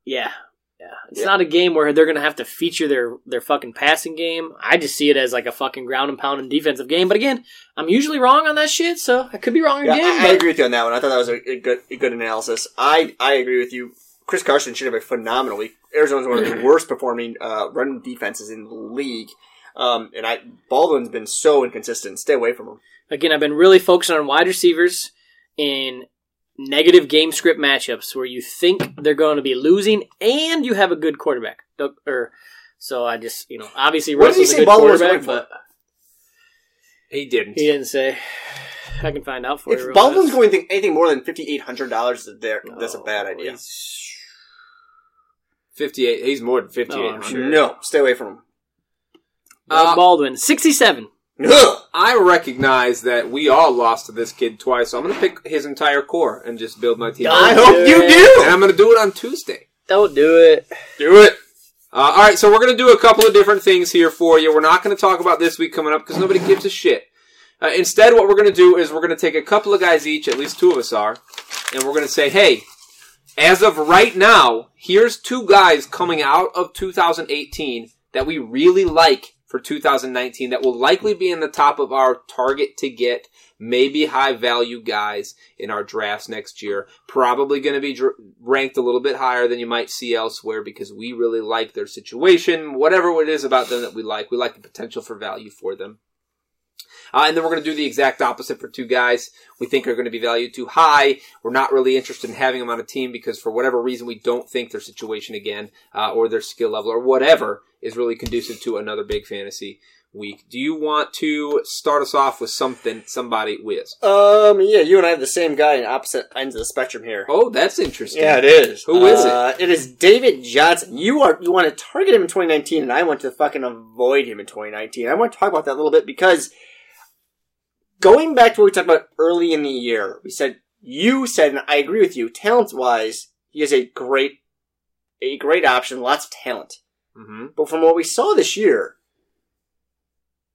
Yeah, yeah. It's Yeah. not a game where they're going to have to feature their their fucking passing game. I just see it as like a fucking ground and pound and defensive game. But again, I'm usually wrong on that shit, so I could be wrong Yeah, again. I, I but agree with you on that one. I thought that was a, a good a good analysis. I, I agree with you. Chris Carson should have a phenomenal week. Arizona's one of the worst performing uh, run defenses in the league. Um, and I Baldwin's been so inconsistent. Stay away from him. again, I've been really focusing on wide receivers in negative game script matchups where you think they're going to be losing and you have a good quarterback. Doug- Or so I just you know obviously What did he Russell's a say good Baldwin was quarterback, going for? but He didn't. he didn't say. I can find out for you. If real Baldwin's fast. going to anything more than fifty eight hundred dollars, that's a bad Oh, idea. he's- 58. He's more than 58. Oh, I'm sure. No, stay away from him. Uh, Baldwin, sixty-seven. Ugh. I recognize that we all lost to this kid twice, so I'm going to pick his entire core and just build my team. I do hope you it. And do. I'm going to do it on Tuesday. Don't do it. Do it. Uh, all right, so we're going to do a couple of different things here for you. We're not going to talk about this week coming up because nobody gives a shit. Uh, instead, what we're going to do is we're going to take a couple of guys each, at least two of us are, and we're going to say, hey, as of right now, here's two guys coming out of 2018 that we really like for 2019 that will likely be in the top of our target to get, maybe high value guys in our drafts next year. Probably going to be dr- ranked a little bit higher than you might see elsewhere because we really like their situation, whatever it is about them that we like. We like the potential for value for them. Uh, and then we're going to do the exact opposite for two guys we think are going to be valued too high. We're not really interested in having them on a team because for whatever reason we don't think their situation again uh, or their skill level or whatever is really conducive to another big fantasy week. Do you want to start us off with something somebody whiz? Um, yeah, you and I have the same guy in opposite ends of the spectrum here. Oh, that's interesting. Yeah, it is. Who is uh, it? It is David Johnson. You are you want to target him in 2019, and I want to fucking avoid him in 2019. I want to talk about that a little bit because going back to what we talked about early in the year, we said you said, and I agree with you, talent wise, he is a great a great option, lots of talent. Mm-hmm. But from what we saw this year,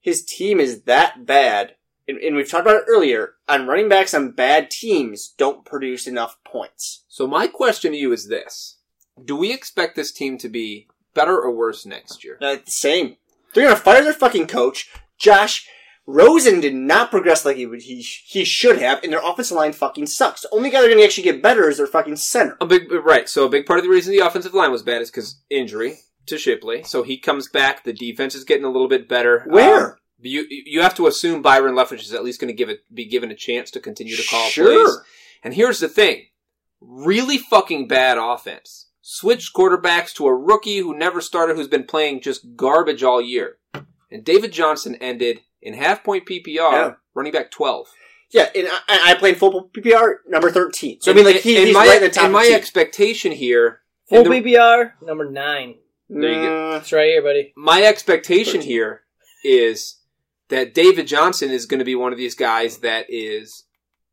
his team is that bad. And, and we've talked about it earlier on running backs on bad teams don't produce enough points. So my question to you is this: Do we expect this team to be better or worse next year? Uh, same. They're going to fire their fucking coach. Josh Rosen did not progress like he, would, he, sh- he should have, and their offensive line fucking sucks. The only guy they're going to actually get better is their fucking center. A big right. So a big part of the reason the offensive line was bad is because injury to Shipley. So he comes back. The defense is getting a little bit better. Where? Um, you you have to assume Byron Leftwich is at least going to give it be given a chance to continue to call plays. And here's the thing: really fucking bad offense. Switched quarterbacks to a rookie who never started, who's been playing just garbage all year. And David Johnson ended in half point PPR, Yeah. running back twelve. Yeah, and I- I, I played football PPR number 13. So, I mean, like, he, And he's my, right in the top and of my the team. expectation here, Full and the- PPR number nine. there you go. Mm, It's right here, buddy. my expectation here is that David Johnson is going to be one of these guys that is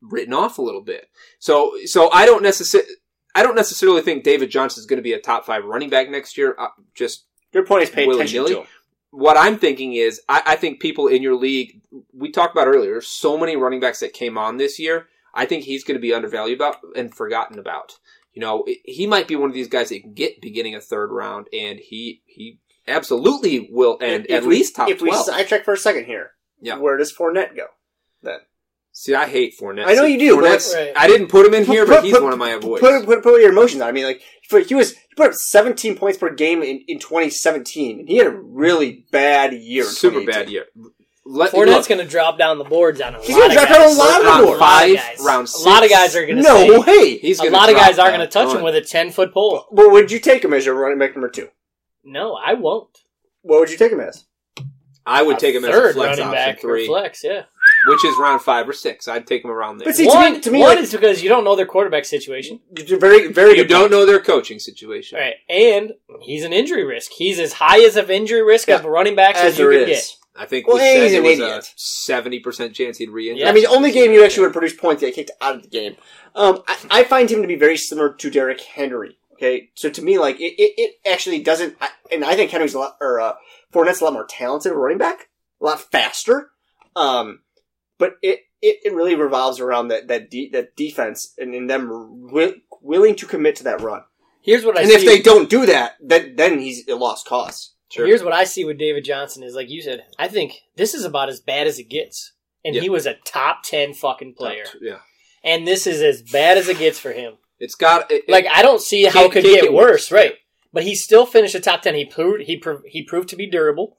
written off a little bit. So so I don't necessarily I don't necessarily think David Johnson is going to be a top five running back next year. Uh, just Your point is pay attention willy-nilly. to him. what I'm thinking is, I, I think people in your league, we talked about earlier, there's so many running backs that came on this year. I think he's going to be undervalued about and forgotten about. You know, it- he might be one of these guys that you can get beginning a third round, and he he absolutely will end If at we- least top If we twelve. sidetrack for a second here, Yeah. where does Fournette go? See, I hate Fournette. I know you do, but- Fournette's- Right. I didn't put him in here, but Put- he's put- one of my avoids. Put, put, put your emotions on. I mean, like for, he was he put up 17 points per game in, in 2017, and he had a really bad year. in Super 2018. bad year. Let, Fournette's look, going to drop down the boards on a He's lot gonna of drop guys. down a lot of lot round of boards. five, guys. round A lot of six. guys are going to No way. he's a gonna lot of drop guys aren't down going to touch a him ton. with a ten foot pole. But would you take him as your running back number two? No, I won't. What would you take him as? I would take him as a Third flex running option back or three, flex, yeah. which is round five or six. I'd take him around there. But see, to one me- to me, one like- is because you don't know their quarterback situation, You're Very, very. you good don't know their coaching situation. All right? And he's an injury risk. He's as high as of injury risk Yeah. of running backs as, as you there can is. I think Well, we and said he's it an was a idiot. seventy percent chance he'd re-injure. Yeah. I mean, the only game you actually would produce points, he got kicked out of the game. Um, I, I find him to be very similar to Derrick Henry. Okay, so to me, like it, it, it actually doesn't, I, and I think Henry's a lot, or uh, Fournette's a lot more talented running back, a lot faster. Um, But it, it, it really revolves around that that de- that defense and, and them wi- willing to commit to that run. Here's what I And see. if they don't do that, then then he's a lost cause. Sure. Here's what I see with David Johnson is like you said. I think this is about as bad as it gets, and Yeah. he was a top ten fucking player, Yeah. and this is as bad as it gets for him. It's got it, it- Like I don't see how it Can't- could can't get get worse, worse. right? But he still finished the top ten. He proved he proved he proved to be durable.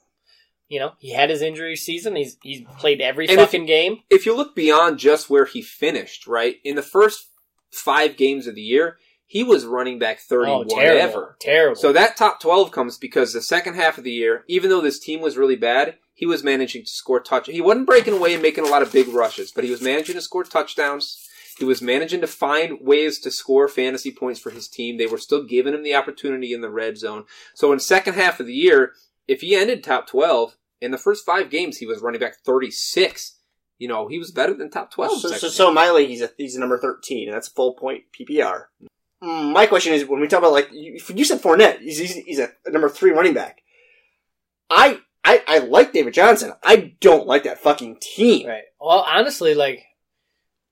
You know, he had his injury season. He's he's played every And if- fucking game. if you look beyond just where he finished, right? In the first five games of the year, he was running back Oh, thirty-one terrible, ever. terrible. So that top 12 comes because the second half of the year, even though this team was really bad, he was managing to score touch. He wasn't breaking away and making a lot of big rushes, but he was managing to score touchdowns. He was managing to find ways to score fantasy points for his team. They were still giving him the opportunity in the red zone. So in second half of the year, if he ended top 12, in the first five games, he was running back 36. You know, he was better than top 12. so, so, second so in my league, he's a, he's a number thirteen, and that's full point PPR. Mm, My question is, when we talk about like you, you said, Fournette, he's he's, he's a, a number three running back. I, I I like David Johnson. I don't like that fucking team. Right. Well, honestly, like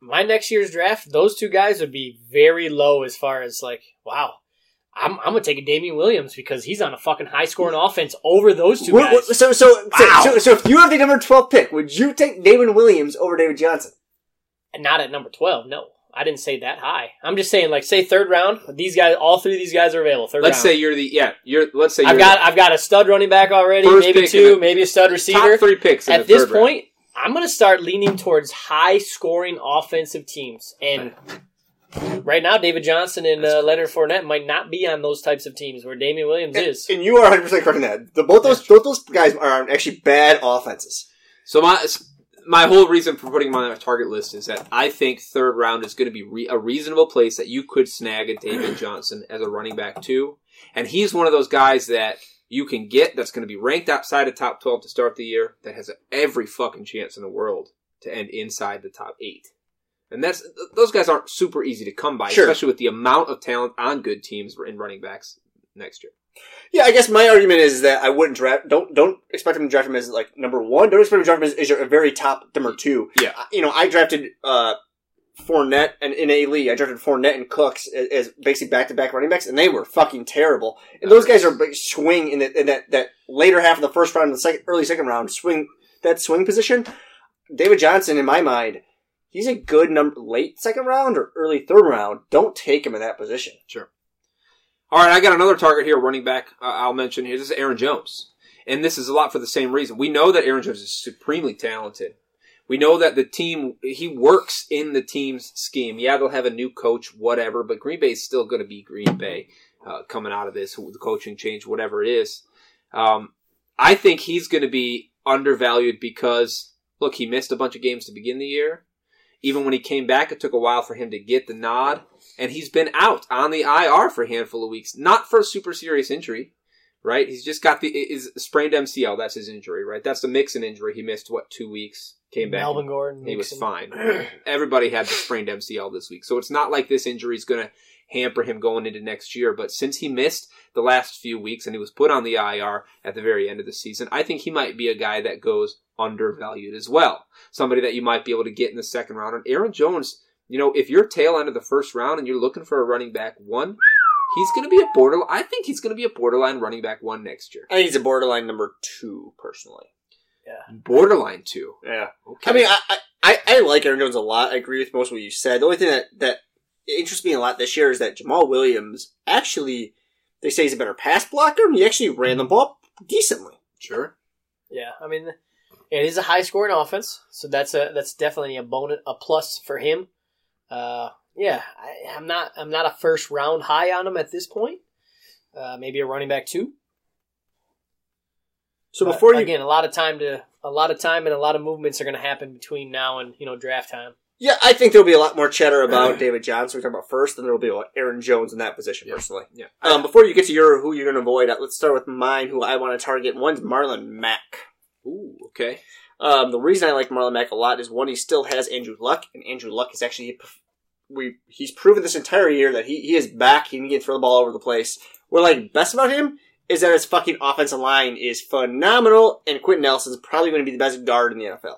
my next year's draft, those two guys would be very low as far as like, wow, I'm, I'm gonna take a Damian Williams because he's on a fucking high scoring offense over those 2 What- what- guys. so, so, so- so, so, if you have the number twelve pick, would you take Damon Williams over David Johnson? And Not at number twelve. No, I didn't say that high. I'm just saying, like, say third round. These guys, all three of these guys are available. Third Let's round. say you're the, yeah, you're, let's say I've you're got I've got a stud running back already, First maybe pick two, in the- maybe a stud the receiver. top three picks in at the this third round. point, I'm going to start leaning towards high scoring offensive teams. And right now, David Johnson and uh, Leonard Fournette might not be on those types of teams where Damian Williams is. And you are 100 percent correct on that. The, both those both those guys are on actually bad offenses. So my my whole reason for putting him on that target list is that I think third round is going to be re- a reasonable place that you could snag a David Johnson as a running back too, and he's one of those guys that you can get that's going to be ranked outside of top twelve to start the year that has every fucking chance in the world to end inside the top eight. And that's th- those guys aren't super easy to come by, Sure. especially with the amount of talent on good teams in running backs next year. Yeah, I guess my argument is that I wouldn't draft. Don't don't expect him to draft him as like number one. Don't expect him to draft him as, as your very top number two. Yeah. I- you know, I drafted uh Fournette and in a league, I drafted Fournette and Cooks as, as basically back to back running backs, and they were fucking terrible. And those guys are big swing in, the, in that that later half of the first round, and the second, early second round swing that swing position. David Johnson, in my mind, he's a good number late second round or early third round. Don't take him in that position. All right, I got another target here, running back. Uh, I'll mention here. This is Aaron Jones, and this is a lot for the same reason. We know that Aaron Jones is supremely talented. We know that the team he works in the team's scheme. Yeah, they'll have a new coach, whatever, but Green Bay is still going to be Green Bay uh, coming out of this, the coaching change, whatever it is. Um, I think he's going to be undervalued because look, he missed a bunch of games to begin the year. Even when he came back, it took a while for him to get the nod and he's been out on the IR for a handful of weeks, not for a super serious injury, right? He's just got the is sprained MCL. That's his injury, right? That's the Mixon injury. He missed what two weeks, came back, Melvin Gordon, he was Mixon. fine. Everybody had the sprained MCL this week, so it's not like this injury is going to hamper him going into next year. But since he missed the last few weeks and he was put on the IR at the very end of the season, I think he might be a guy that goes undervalued as well. Somebody that you might be able to get in the second round. And Aaron Jones, you know, if you're tail end of the first round and you're looking for a running back one, he's going to be a border. I think he's going to be a borderline running back one next year. I think he's a borderline number two, personally. Borderline two. Yeah. Okay. I mean, I, I- I I like Aaron Jones a lot. I agree with most of what you said. The only thing that that interests me a lot this year is that Jamal Williams actually they say he's a better pass blocker. and He actually ran the ball decently. sure. Yeah, I mean, it is a high scoring offense, so that's a that's definitely a bonus, a plus for him. Uh, yeah, I, I'm not I'm not a first round high on him at this point. Uh, maybe a running back two. So But before you, Uh, again, a lot of time to a lot of time and a lot of movements are going to happen between now and you know draft time. yeah, I think there'll be a lot more chatter about David Johnson. We talk about first, and there'll be about Aaron Jones in that position personally. Yeah. Um, before you get to your who you're going to avoid, uh, let's start with mine. Who I want to target. One's Marlon Mack. Ooh. Okay. Um, the reason I like Marlon Mack a lot is one, he still has Andrew Luck, and Andrew Luck is actually we he's proven this entire year that he, he is back. He can get throw the ball all over the place. What I like best about him is that his fucking offensive line is phenomenal, and Quentin Nelson's probably going to be the best guard in the NFL.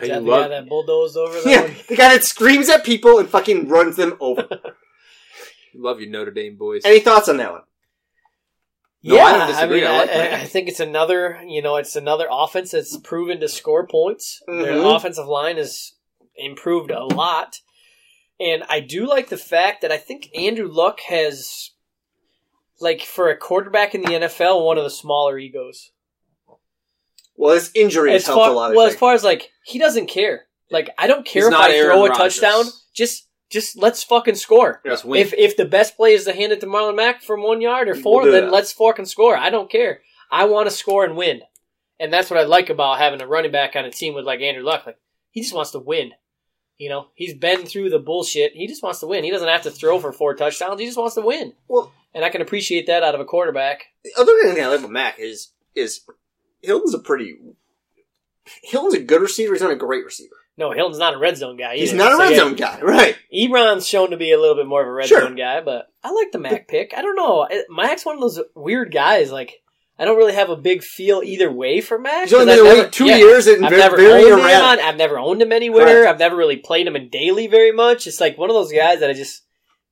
Is you that the love- guy that bulldozed over them? Yeah, the guy that screams at people and fucking runs them over. You love your Notre Dame boys. Any thoughts on that one? No, I don't disagree. mean, I like I, that. I think it's another, you know, it's another offense that's proven to score points. Their Mhm. offensive line has improved a lot, and I do like the fact that I think Andrew Luck has, like, for a quarterback in the NFL, one of the smaller egos. Well, this injury has As helped far, a lot. I well, as think. far as like he doesn't care. Like I don't care He's if not I Aaron throw a Rodgers. touchdown. Just, just let's fucking score. Just win. If if the best play is to hand it to Marlon Mack from one yard or 4 do then that. let's fucking score. I don't care. I want to score and win, and that's what I like about having a running back on a team with like Andrew Luck. Like he just wants to win. You know, he's been through the bullshit. He just wants to win. He doesn't have to throw for four touchdowns. He just wants to win. Well- and I can appreciate that out of a quarterback. the other thing I like about Mac is is Hilton's a pretty Hilton's a good receiver. He's not a great receiver. No, Hilton's not a red zone guy. He's either. not a So, red yeah, zone guy, right? Ebron's shown to be a little bit more of a red Sure. zone guy, but I like the Mac pick. I don't know. It- Mac's one of those weird guys. Like I don't really have a big feel either way for Mac. He's 'cause only been in the I've league never- two yeah, years and I've very, never very owned him erratic. on- I've never owned him anywhere. Correct. I've never really played him in daily very much. It's like one of those guys that I just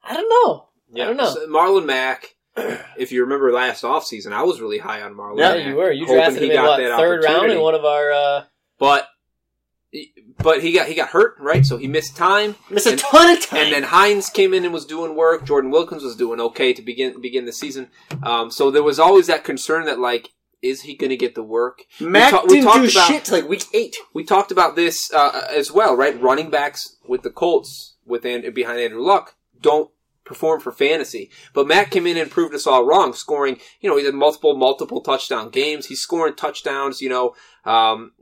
I don't know. I don't know. So Marlon Mack, if you remember last offseason, I was really high on Marlon yeah, Mack. you were. You hoping drafted he him in got what, that third round in opportunity. one of our uh, But but he got he got hurt, right? So he missed time. Missed a And- ton of time. And then Hines came in and was doing work. Jordan Wilkins was doing okay to begin begin the season. Um, so there was always that concern that like, is he going to get the work? Mac ta- we didn't talked do about- shit till like week eight. We talked about this uh, as well, right? Running backs with the Colts with and behind Andrew Luck don't perform for fantasy. But Matt came in and proved us all wrong, scoring. You know, he had multiple multiple touchdown games. He's scoring touchdowns. You know, um,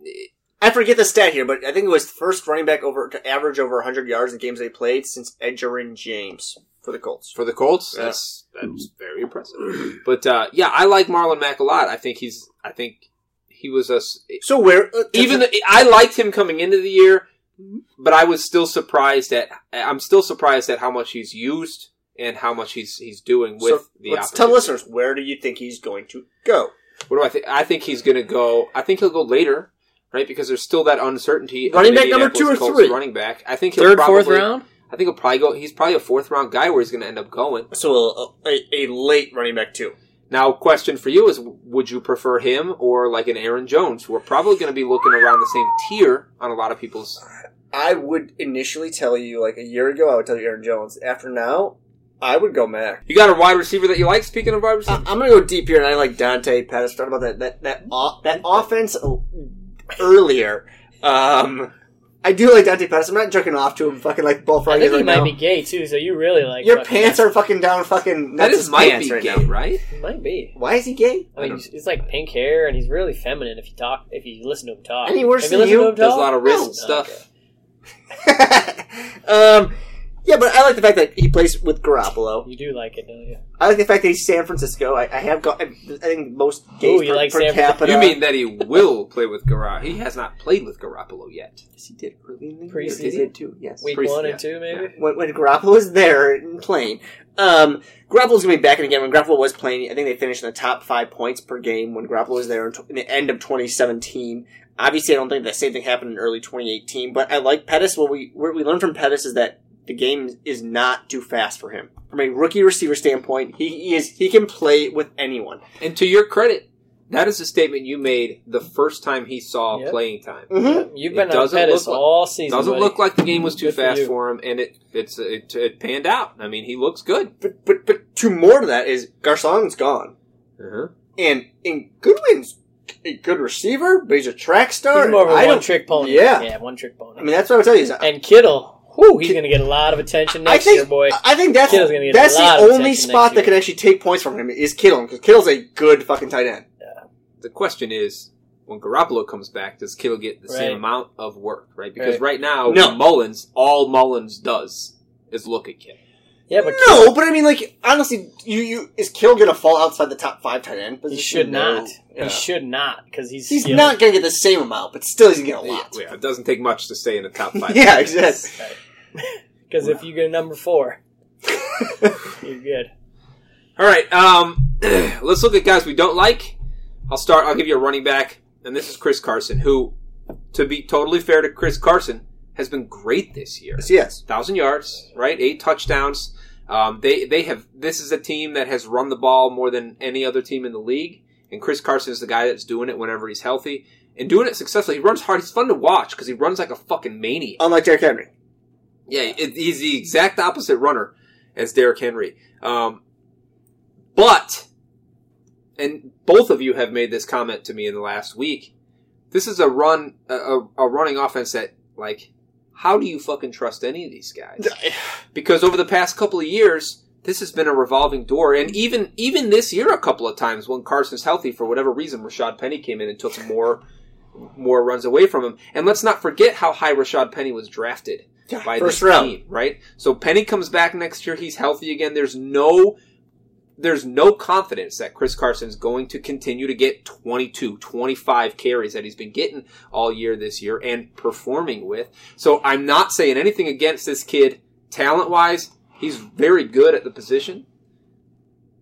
I forget the stat here, but I think it was the first running back over to average over 100 yards in games they played since Edgerrin James for the Colts. for the Colts. Yeah. That's that's very impressive. But uh, yeah, I like Marlon Mack a lot. I think he's. I think he was a. s- So where uh, Even though I liked him coming into the year, but I was still surprised at. I'm still surprised at how much he's used and how much he's he's doing so with the. let's tell opportunity. listeners where do you think he's going to go? What do I think? I think he's going to go. I think he'll go later, right? Because there's still that uncertainty. of Running the back number two Indianapolis or Colts three? Running back. I think he'll Third, probably, fourth round? I think he'll probably go. He's probably a fourth round guy where he's going to end up going. So uh, a, a, a late running back too. Now, question for you is: Would you prefer him or like an Aaron Jones, who are probably going to be looking around the same tier on a lot of people's? I would initially tell you like a year ago I would tell you Aaron Jones. After now, I would go Mac. You got a wide receiver that you like. Speaking of wide I- receivers, I'm gonna go deep here, and I like Dante Pettis. Talked about that that that o- that offense earlier. Um, I do like Dante Pettis. I'm not jerking off to him, fucking like ball I frying think he right might now. be gay too, so you really like Your fucking- pants are fucking down, fucking. that nuts is his might pants be right gay, now. right? might be. Why is he gay? I mean, he's like pink hair, and he's really feminine if you talk, if you listen to him talk. Any worse Have you than listened you? to him Does talk? a lot of wrist No. stuff. Okay. um, yeah, but I like the fact that he plays with Garoppolo. You do like it, don't you? I like the fact that he's San Francisco. I, I have got. I think most gays Ooh, you per, like per San Fran- capita. you mean that he will play with Garoppolo? He has not played with Garoppolo yet. Yes, he did early in the year. Preseason? He did too. Yes. Week Priest, one yeah. and two, maybe. when, when Garoppolo was there and playing. Um, Garoppolo's going to be back in again. When Garoppolo was playing, I think they finished in the top five points per game when Garoppolo was there in, tw in the end of 2017. Obviously, I don't think the same thing happened in early 2018, but I like Pettis. What we, what we learned from Pettis is that the game is not too fast for him. From a rookie receiver standpoint, he, he is he can play with anyone. And to your credit, that is a statement you made the first time he saw Yep. playing time. You've It been on doesn't Pettis look like- all season. Doesn't buddy. look like the game was too Good for fast you. for him, and it it's it, it panned out. I mean, he looks good. But but but to more to that is Garcon's gone, Uh-huh. and and Goodwin's a good receiver, but he's a track star. He's more of I a don't- one-trick pony. Yeah. yeah, one-trick pony. I mean, that's what I would tell you. Is I- and Kittle, whew, he's Kit- going to get a lot of attention I next think year, boy. I think that's Kittle's gonna get that's a lot the of only attention spot next that year. can actually take points from him is Kittle because Kittle's a good fucking tight end. The question is, when Garoppolo comes back, does Kittle get the Right. same amount of work? Right, because Right. right, now No. with Mullins, all Mullins does is look at Kittle. yeah, but Kittle, No, but I mean, like honestly, you you is Kittle gonna fall outside the top five tight end? he position? should No. not. Yeah. He should not because he's He's skilled. not gonna get the same amount, but still he's gonna get a lot. Yeah, it doesn't take much to stay in the top five. Yeah, exactly. Because if you get a number four, you're good. All right, um, let's look at guys we don't like. I'll start. I'll give you a running back, and this is Chris Carson, who to be totally fair to Chris Carson, has been great this year. Yes. thousand yards, right? Eight touchdowns. Um, they they have. This is a team that has run the ball more than any other team in the league, and Chris Carson is the guy that's doing it whenever he's healthy and doing it successfully. He runs hard. He's fun to watch because he runs like a fucking maniac. Unlike Derrick Henry. Yeah, it, he's the exact opposite runner as Derrick Henry. Um, but, and both of you have made this comment to me in the last week. This is a run, a, a, a running offense that, like, how do you fucking trust any of these guys? Because over the past couple of years, this has been a revolving door, and even even this year, a couple of times when Carson's healthy for whatever reason, Rashad Penny came in and took more more runs away from him. And let's not forget how high Rashad Penny was drafted by first this round. team, right? So Penny comes back next year, he's healthy again. There's no there's no confidence that Chris Carson's going to continue to get 22, 25 carries that he's been getting all year this year and performing with. So I'm not saying anything against this kid talent wise. He's very good at the position.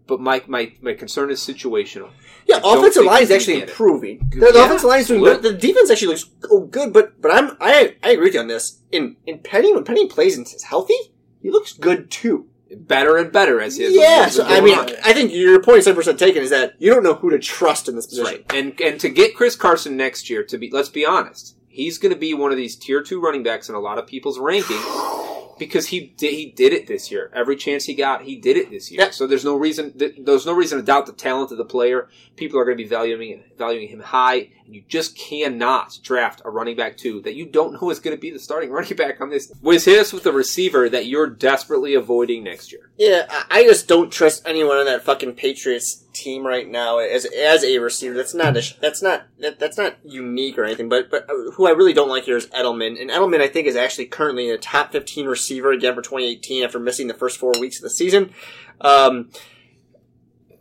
But my, my, my concern is situational. Yeah, don't offensive think line is we actually get it. improving. The, the Yeah, offensive line is doing good. absolutely. The defense actually looks oh, good, but but I'm I I agree with you on this. In in Penny when Penny plays and is healthy, he looks good too. Better and better as he has. Yeah, so I going mean on. I think your point is hundred percent taken is that you don't know who to trust in this position. Right. And and to get Chris Carson next year, to be let's be honest, he's going to be one of these tier two running backs in a lot of people's rankings because he did, he did it this year. Every chance he got, he did it this year. Yeah. So there's no reason th- there's no reason to doubt the talent of the player. People are going to be valuing valuing him high, and you just cannot draft a running back two that you don't know is going to be the starting running back on this. Wiz hit us with a receiver that you're desperately avoiding next year. Yeah, I, I just don't trust anyone on that fucking Patriots team right now as as a receiver. That's not a, sh- that's not that, that's not unique or anything. But but uh, who I really don't like here is Edelman, and Edelman I think is actually currently in the top fifteen receiver again for 2018 after missing the first four weeks of the season. Um,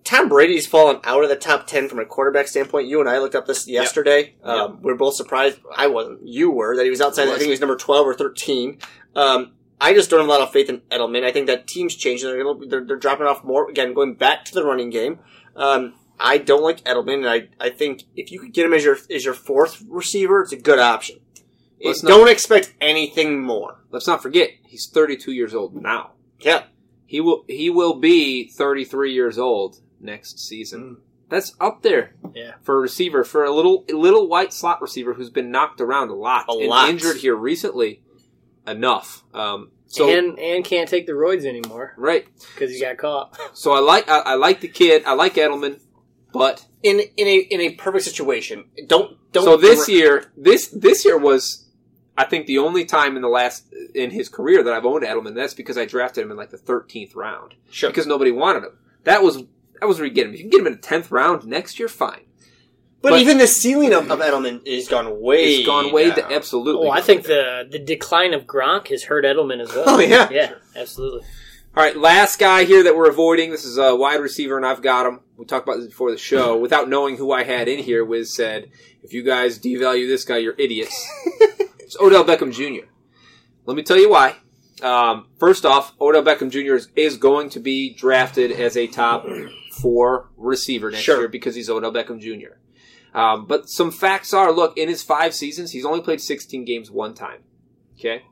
Tom Brady's fallen out of the top ten from a quarterback standpoint. You and I looked up this yesterday. Um, We're both surprised. I wasn't. You were that he was outside. I think he was number twelve or thirteen. Um, I just don't have a lot of faith in Edelman. I think that team's changing. They're, gonna, they're they're dropping off more again, going back to the running game. Um, I don't like Edelman, and I, I think if you could get him as your as your fourth receiver, it's a good option. Let's It- not- don't expect anything more. Let's not forget he's 32 years old now. Yeah, He will he will be 33 years old next season. That's up there Yeah. for a receiver for a little a little white slot receiver who's been knocked around a lot A and lot. injured here recently enough. Um, so and and can't take the roids anymore right, because he got caught. so I like I, I like the kid. I like Edelman, but in in a in a perfect situation, don't don't. so this year this this year was I think the only time in the last in his career that I've owned Edelman. That's because I drafted him in like the 13th round. Sure. because nobody wanted him. That was that was where you get him. If you can get him in the tenth round next year, fine. but, but- even the ceiling of, of Edelman is gone way. It's gone way down. to absolutely. Oh, I think the the decline of Gronk has hurt Edelman as well. Oh, yeah. yeah, absolutely. All right, last guy here that we're avoiding. This is a wide receiver, and I've got him. We talked about this before the show. Without knowing who I had in here, Wiz said, "If you guys devalue this guy, you're idiots." it's Odell Beckham Jr. Let me tell you why. Um, first off, Odell Beckham Jr. Is, is going to be drafted as a top four receiver next Sure. year because he's Odell Beckham Jr. Um, but some facts are: look, in his five seasons, he's only played 16 games one time. Okay,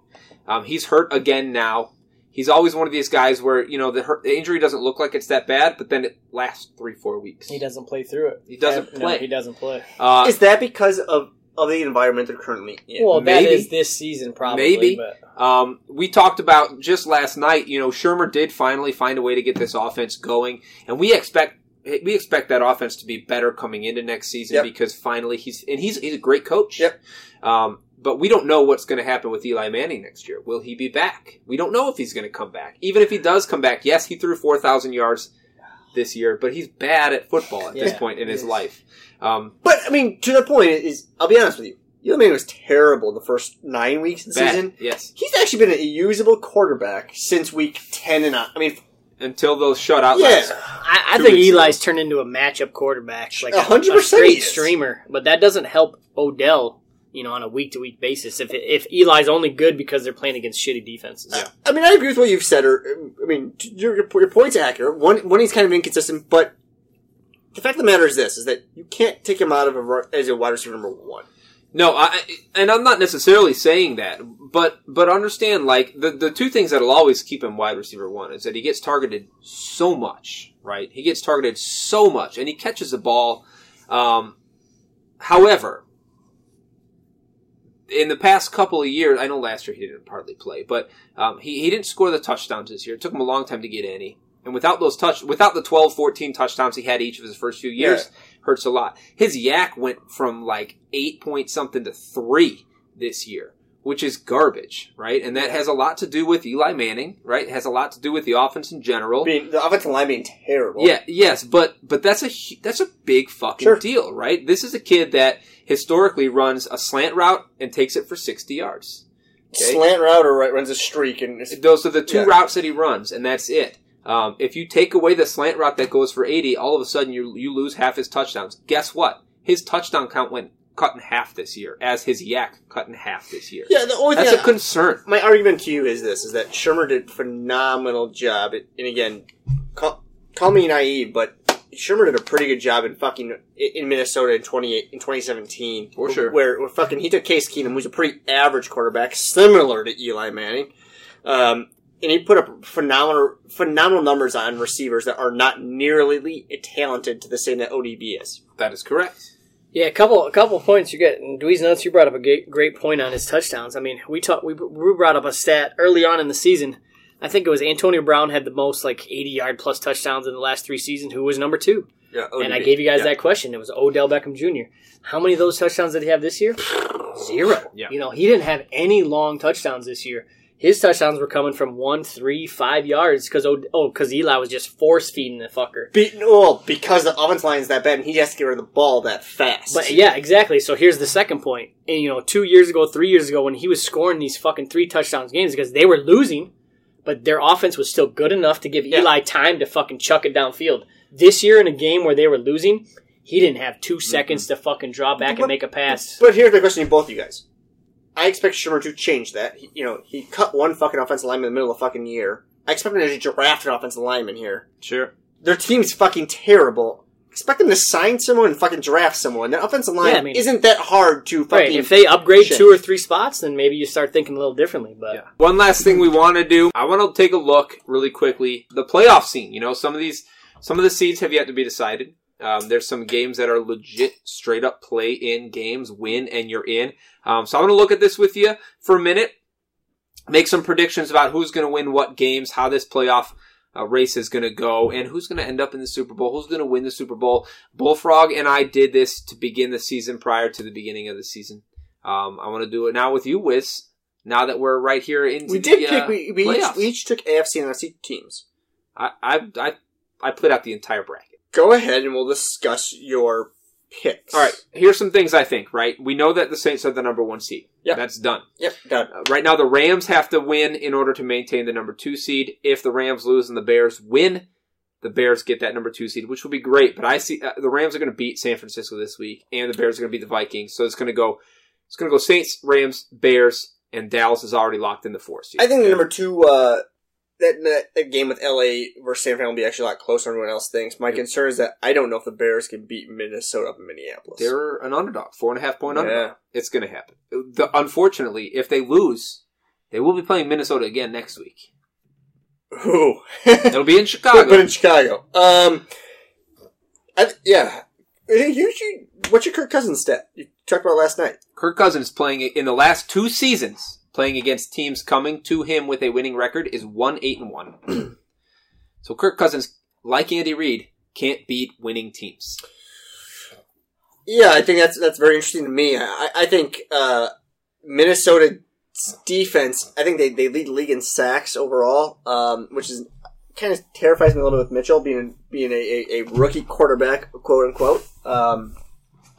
um, he's hurt again now. He's always one of these guys where you know the, hurt, the injury doesn't look like it's that bad, but then it lasts three, four weeks. He doesn't play through it. He doesn't No, play. he doesn't play. Uh, Is that because of of the environment they're currently in? Well, maybe. that is this season probably. Maybe. but Um, we talked about just last night. You know, Shermer did finally find a way to get this offense going, and we expect we expect that offense to be better coming into next season Yep. because finally he's and he's he's a great coach. Yep. Um, but we don't know what's going to happen with Eli Manning next year. Will he be back? We don't know if he's going to come back. Even if he does come back, yes, he threw four thousand yards this year, but he's bad at football at this Yeah, point in he his is. life. Um, But I mean, to the point is, I'll be honest with you. Eli Manning was terrible the first nine weeks of the bad. season. yes. He's actually been a usable quarterback since week ten and on. I mean, Until those shutout. yeah, laps. I, I Two think weeks ago. Eli's turned into a matchup quarterback, like a, A hundred a percent he straight is. streamer. But that doesn't help Odell, you know, on a week to week basis. If if Eli's only good because they're playing against shitty defenses, I mean, I agree with what you've said. Or I mean, t- your your, your points are accurate. One one he's kind of inconsistent, but the fact of the matter is this: is that you can't take him out of a, ru- as a wide receiver number one. No, I, and I'm not necessarily saying that, but but understand like the the two things that'll always keep him wide receiver one is that he gets targeted so much, right? He gets targeted so much, and he catches the ball. Um, however, in the past couple of years, I know last year he didn't hardly play, but um, he he didn't score the touchdowns this year. It took him a long time to get any, and without those touch without the 12, 14 touchdowns he had each of his first few years hurts a lot. His yak went from like eight point something to three this year, which is garbage, right? And that has a lot to do with Eli Manning, right? It has a lot to do with the offense in general. Being, the offensive line being terrible. Yeah, yes, but but that's a hu- that's a big fucking Sure. deal, right? This is a kid that historically runs a slant route and takes it for sixty yards. Okay. Slant route or right, runs a streak and it's, Those are the two Yeah. routes that he runs, and that's it. Um, if you take away the slant route that goes for eighty, all of a sudden you you lose half his touchdowns. Guess what? His touchdown count went cut in half this year, as his yak cut in half this year. yeah. The only that's thing a I- concern. my argument to you is this: is that Shermer did a phenomenal job. At, and again, call, call me naive, but Shermer did a pretty good job in fucking in Minnesota in twenty eight in twenty seventeen. For sure. where, where fucking he took Case Keenum, who's a pretty average quarterback, similar to Eli Manning, um, and he put up phenomenal phenomenal numbers on receivers that are not nearly talented to the same that ODB is. That is correct. Yeah, a couple a couple of points you get. And Dweez Nuts, you brought up a great, great point on his touchdowns. I mean, we talked we, we brought up a stat early on in the season. I think it was Antonio Brown had the most like 80 yard plus touchdowns in the last three seasons. Who was number two? Yeah, and I gave you guys that question. It was Odell Beckham Jr. How many of those touchdowns did he have this year? Zero. Yeah. You know, he didn't have any long touchdowns this year. His touchdowns were coming from one, three, five yards because oh, because Eli was just force feeding the fucker. Be, well, because the offense line is that bad, and he has to get rid of the ball that fast. But yeah, exactly. So here's the second point. And you know, two years ago, three years ago, when he was scoring these fucking three touchdowns games because they were losing, but their offense was still good enough to give Eli time to fucking chuck it downfield. This year, in a game where they were losing, he didn't have two seconds to fucking draw back and But- make a pass. But here's the question to both you guys. I expect Shermer to change that. He- you know, he cut one fucking offensive lineman in the middle of fucking year. I expect him to draft an offensive lineman here. Sure. Their team's fucking terrible. Expect them to sign someone and fucking draft someone. That offensive line Yeah, I mean- isn't that hard to fucking. Right. If they upgrade shit. two or three spots, then maybe you start thinking a little differently. But Yeah. One last thing we want to do. I want to take a look really quickly the playoff scene. You know, some of these, some of the seeds have yet to be decided. Um, there's some games that are legit, straight up play in games. Win and you're in. Um, so I'm going to look at this with you for a minute. Make some predictions about who's going to win what games, how this playoff uh, race is going to go, and who's going to end up in the Super Bowl, who's going to win the Super Bowl. Bullfrog and I did this to begin the season prior to the beginning of the season. Um, I want to do it now with you, Wiz now that we're right here uh, in we did pick. We, we, each, we each took AFC and NFC teams. I, I I I put out the entire bracket. Go ahead and we'll discuss your picks. All right, here's some things I think. Right, we know that the Saints are the number one seed. Yep. that's done. Yep. Done. Uh, right now, the Rams have to win in order to maintain the number two seed. If the Rams lose and the Bears win, the Bears get that number two seed, which will be great. But I see uh, the Rams are going to beat San Francisco this week, and the Bears are going to beat the Vikings. So it's going to go. It's going to go Saints, Rams, Bears, and Dallas is already locked in the four seed. I think the Okay. number two, uh, that, that that game with LA versus San Fran will be actually a lot closer than everyone else thinks. My concern is that I don't know if the Bears can beat Minnesota up in Minneapolis. They're an underdog, four and a half point Yeah. underdog. It's going to happen. The, unfortunately, if they lose, they will be playing Minnesota again next week. Ooh. It'll be in but Chicago. in Chicago. Um, I, yeah. You- you should- what's your Kirk Cousins stat you talked about last night? Kirk Cousins playing in the last two seasons, playing against teams coming to him with a winning record is one eight and one. so Kirk Cousins, like Andy Reid, can't beat winning teams. Yeah, I think that's that's very interesting to me. I, I think uh, Minnesota's defense. I think they, they lead the league in sacks overall, um, which is kind of terrifies me a little bit with Mitchell being being a, a, a rookie quarterback, quote unquote. Um,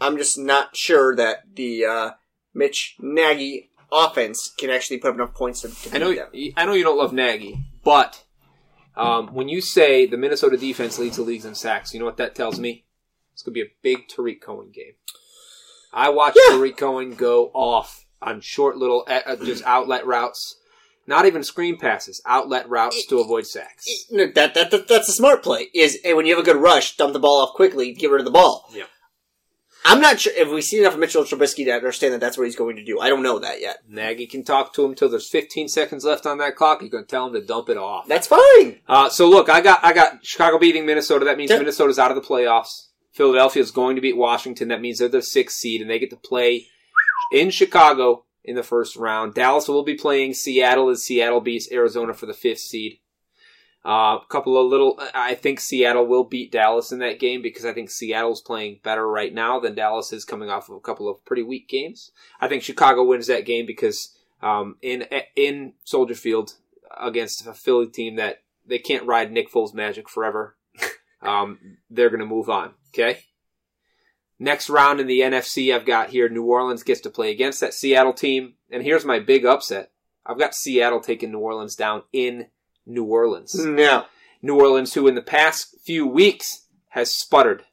I'm just not sure that the uh, Mitch Nagy offense can actually put up enough points to, to I know, beat them. I know you don't love Nagy, but um, when you say the Minnesota defense leads the leagues in sacks, you know what that tells me? It's going to be a big Tariq Cohen game. I watched Yeah. Tariq Cohen go off on short little, uh, uh, just outlet routes, not even screen passes, outlet routes to avoid sacks. No, that, that, that that's a smart play. Is hey, when you have a good rush, dump the ball off quickly, get rid of the ball. Yeah. I'm not sure if we see enough of Mitchell Trubisky to understand that that's what he's going to do. I don't know that yet. Nagy can talk to him till there's 15 seconds left on that clock. You can tell him to dump it off. That's fine. Uh, so look, I got I got Chicago beating Minnesota. That means Yeah. Minnesota's out of the playoffs. Philadelphia's going to beat Washington. That means they're the sixth seed and they get to play in Chicago in the first round. Dallas will be playing Seattle as Seattle beats Arizona for the fifth seed. Uh, a couple of little, I think Seattle will beat Dallas in that game because I think Seattle's playing better right now than Dallas is coming off of a couple of pretty weak games. I think Chicago wins that game because um, in in Soldier Field against a Philly team that they can't ride Nick Foles' magic forever. um, they're going to move on. Okay. Next round in the NFC, I've got here New Orleans gets to play against that Seattle team, and here's my big upset. I've got Seattle taking New Orleans down in New Orleans. No. New Orleans, who in the past few weeks has sputtered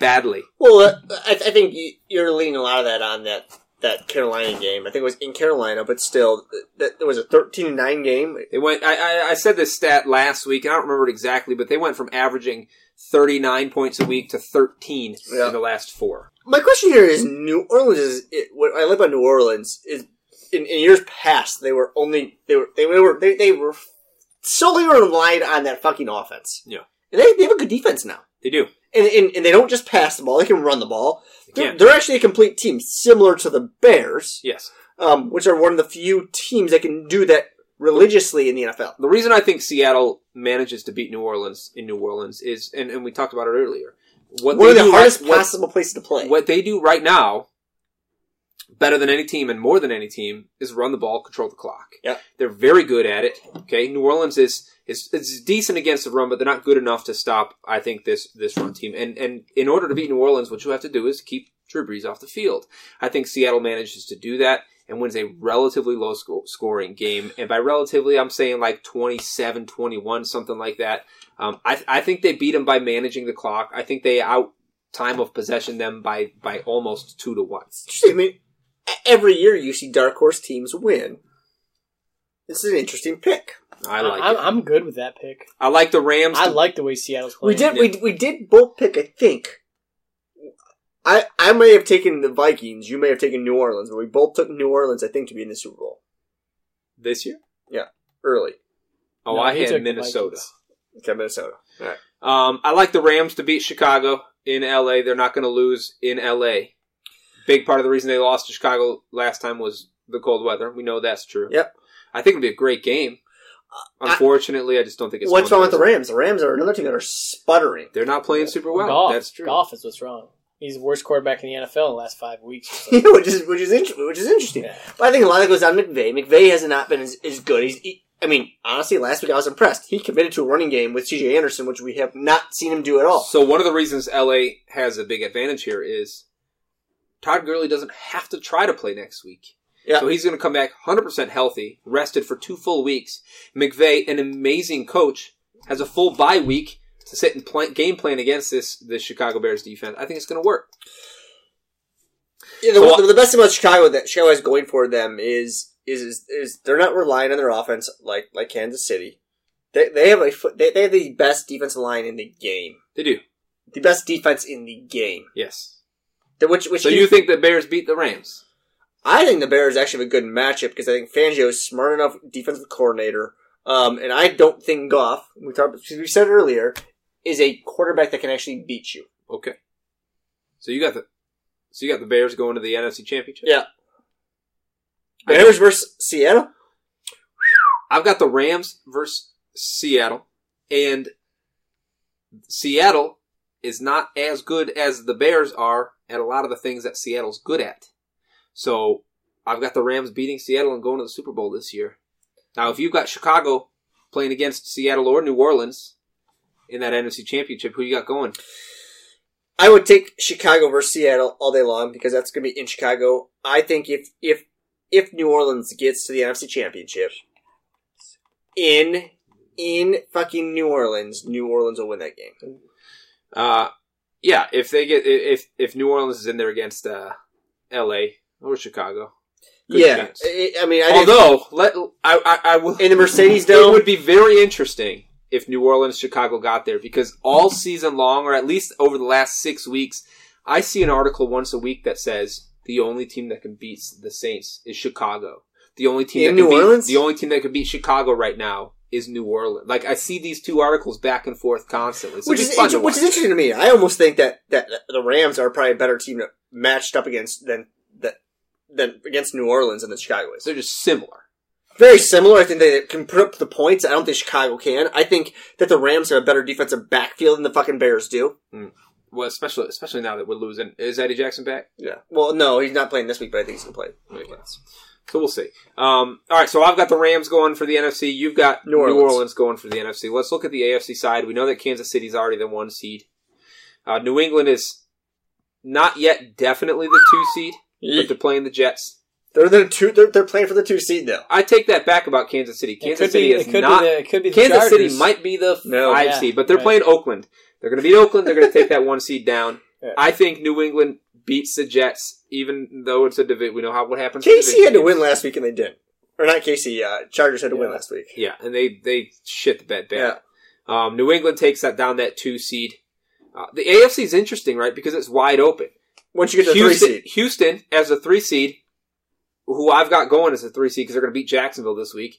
badly. Well, uh, I, I think you- you're leaning a lot of that on that that Carolina game. I think it was in Carolina, but still, th- that there was a 13-9 game. They went. I, I, I said this stat last week. and I don't remember it exactly, but they went from averaging 39 points a week to 13 Yeah. in the last four. My question here is: New Orleans is it, what I live on New Orleans is in, in years past they were only they were they were they, they were solely relied on that fucking offense. Yeah. and they, they have a good defense now. They do. and, and, and they don't just pass the ball; they can run the ball. They're, can. they're actually a complete team, similar to the Bears, Yes. um, which are one of the few teams that can do that religiously in the NFL. The reason I think Seattle manages to beat New Orleans in New Orleans is, and, and we talked about it earlier. What One of they the do hardest right, what- possible places to play. What they do right now, better than any team and more than any team, is run the ball, control the clock. Yep. They're very good at it. Okay, New Orleans is is, is decent against the run, but they're not good enough to stop. I think this this run team, and and in order to beat New Orleans, what you have to do is keep Drew Brees off the field. I think Seattle manages to do that and wins a relatively low sco- scoring game. And by relatively, I'm saying like 27, 21, something like that. Um, I, I think they beat them by managing the clock. I think they out time of possession them by by almost two to one. Interesting. I mean, e- every year you see dark horse teams win. This is an interesting pick. I like I'm, it. I'm good with that pick. I like the Rams. I to- like the way Seattle's We playing. did we, we did both pick. I think. I I may have taken the Vikings. You may have taken New Orleans, but we both took New Orleans. I think to be in the Super Bowl this year. early. Oh, No, I he had took the Minnesota. Vikings. Okay, Minnesota. Um, I like the Rams to beat Chicago in L.A. They're not going to lose in L.A. Big part of the reason they lost to Chicago last time was the cold weather. We know that's true. Yep. I think it'd be a great game. Uh, I- Unfortunately, I, just don't think it's. What's one wrong of with the those- Rams? The Rams are another team that are sputtering. They're not playing super well. Goff. That's true. Goff is what's wrong. He's the worst quarterback in the NFL in the last five weeks. You know, which is which is inter- which is interesting. Yeah. But I think a lot of it goes on McVay. McVay has not been as, as good. He's, he, I mean, honestly, last week I was impressed. He committed to a running game with C.J. Anderson, which we have not seen him do at all. So one of the reasons LA has a big advantage here is Todd Gurley doesn't have to try to play next week. Yeah. So he's going to come back 100% healthy, rested for two full weeks. McVay, an amazing coach, has a full bye week to sit and plan, game plan against this this Chicago Bears defense. I think it's going to work. Yeah, the, So- the, the best thing about Chicago that Chicago has going for them is is is, is they're not relying on their offense like like Kansas City. They, they have a foot- they, they have the best defensive line in the game. They do. The best defense in the game. Yes. The- Which which So gives- you think the Bears beat the Rams? I think the Bears actually have a good matchup because I think Fangio is smart enough defensive coordinator, um, and I don't think Goff, we talked, we said earlier, is a quarterback that can actually beat you. Okay. So you got the So you got the Bears going to the NFC Championship. Yeah. Bears versus Seattle. I've got the Rams versus Seattle, and Seattle is not as good as the Bears are at a lot of the things that Seattle's good at. So I've got the Rams beating Seattle and going to the Super Bowl this year. Now, if you've got Chicago playing against Seattle or New Orleans in that NFC Championship, who you got going? I would take Chicago versus Seattle all day long because that's going to be in Chicago. I think if if if New Orleans gets to the NFC Championship in in fucking New Orleans, New Orleans will win that game. Uh, yeah, if they get if if New Orleans is in there against uh, L.A. or Chicago, Good yeah, chance. I, I mean, I think Although, let I I, I will in the Mercedes It Dome. would be very interesting if New Orleans Chicago got there because all season long, or at least over the last six weeks, I see an article once a week that says the only team that can beat the Saints is Chicago. The only team In that New can beat, Orleans? The only team that can beat Chicago right now is New Orleans. Like I see these two articles back and forth constantly. So which it'd is be fun inter- to which is watch. interesting to me. I almost think that that the Rams are probably a better team to matched up against than that than against New Orleans and the Chicago is. They're just similar. Very similar. I think they can put up the points. I don't think Chicago can. I think that the Rams have a better defensive backfield than the fucking Bears do. Well, especially especially now that we're losing. Is Eddie Jackson back? Yeah. Well, no, he's not playing this week, but I think he's gonna play. Okay. So we'll see. Um, all right. So I've got the Rams going for the NFC. You've got New Orleans. going for the NFC. Let's look at the AFC side. We know that Kansas City's already the one seed. Uh, New England is not yet definitely the two seed, but they're playing the Jets. They're the two. They're, they're playing for the two seed though. I take that back about Kansas City. Kansas could City be, is it could not. Be the, it could be the Kansas City Chargers. might be the No. five Yeah, seed, but they're right. playing Oakland. They're going to beat Oakland. They're going to take that one seed down. Yeah. I think New England beats the Jets, even though it's a division. We know how what happens. in KC had division to win games. last week and they didn't. Or not KC. Uh, Chargers had to win Yeah. last week. Yeah, and they they shit the bed bad. Um, New England takes that down that two seed. Uh, the AFC is interesting, right? Because it's wide open. Once you get to the three Houston, seed, Houston as a three seed, who I've got going as a three seed because they're going to beat Jacksonville this week.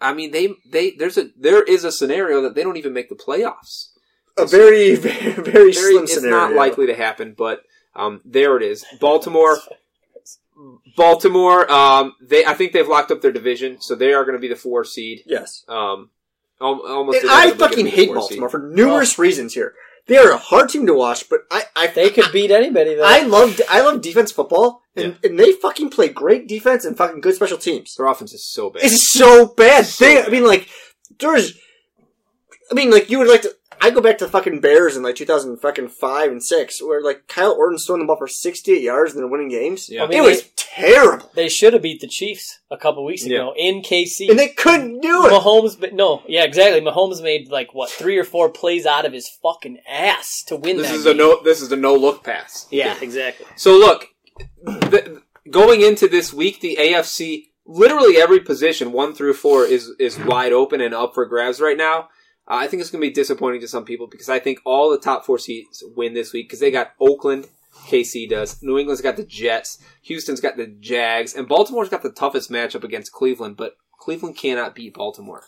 I mean, they they there's a there is a scenario that they don't even make the playoffs. a very very, very Very- slim it's scenario. not likely to happen, but um, there it is. Baltimore, Baltimore. Um, they I think they've locked up their division, so they are going to be the four seed. Yes. Um, al- almost. And I inevitably gonna fucking be the hate four seed. Baltimore for numerous reasons here. They are a hard team to watch, but I I They could beat anybody though. I love I love defense football, and, and they fucking play great defense and fucking good special teams. Their offense is so bad. It's so bad. So they, I bad. mean, like there's, I mean, like you would like to. I go back to the fucking Bears in like 2005 and six, where like Kyle Orton's throwing the ball for 68 yards and they're winning games. Yeah. I mean, it was they- terrible, they should have beat the Chiefs a couple weeks ago in KC. and they couldn't do it. Mahomes, but no, yeah, exactly. Mahomes made like what three or four plays out of his fucking ass to win this that is a game. no. This is a no look pass. Yeah, exactly. So look, the, going into this week, the AFC literally every position one through four is is wide open and up for grabs right now. Uh, I think it's going to be disappointing to some people because I think all the top four seeds win this week because they got Oakland, KC does, New England's got the Jets, Houston's got the Jags, and Baltimore's got the toughest matchup against Cleveland. But Cleveland cannot beat Baltimore.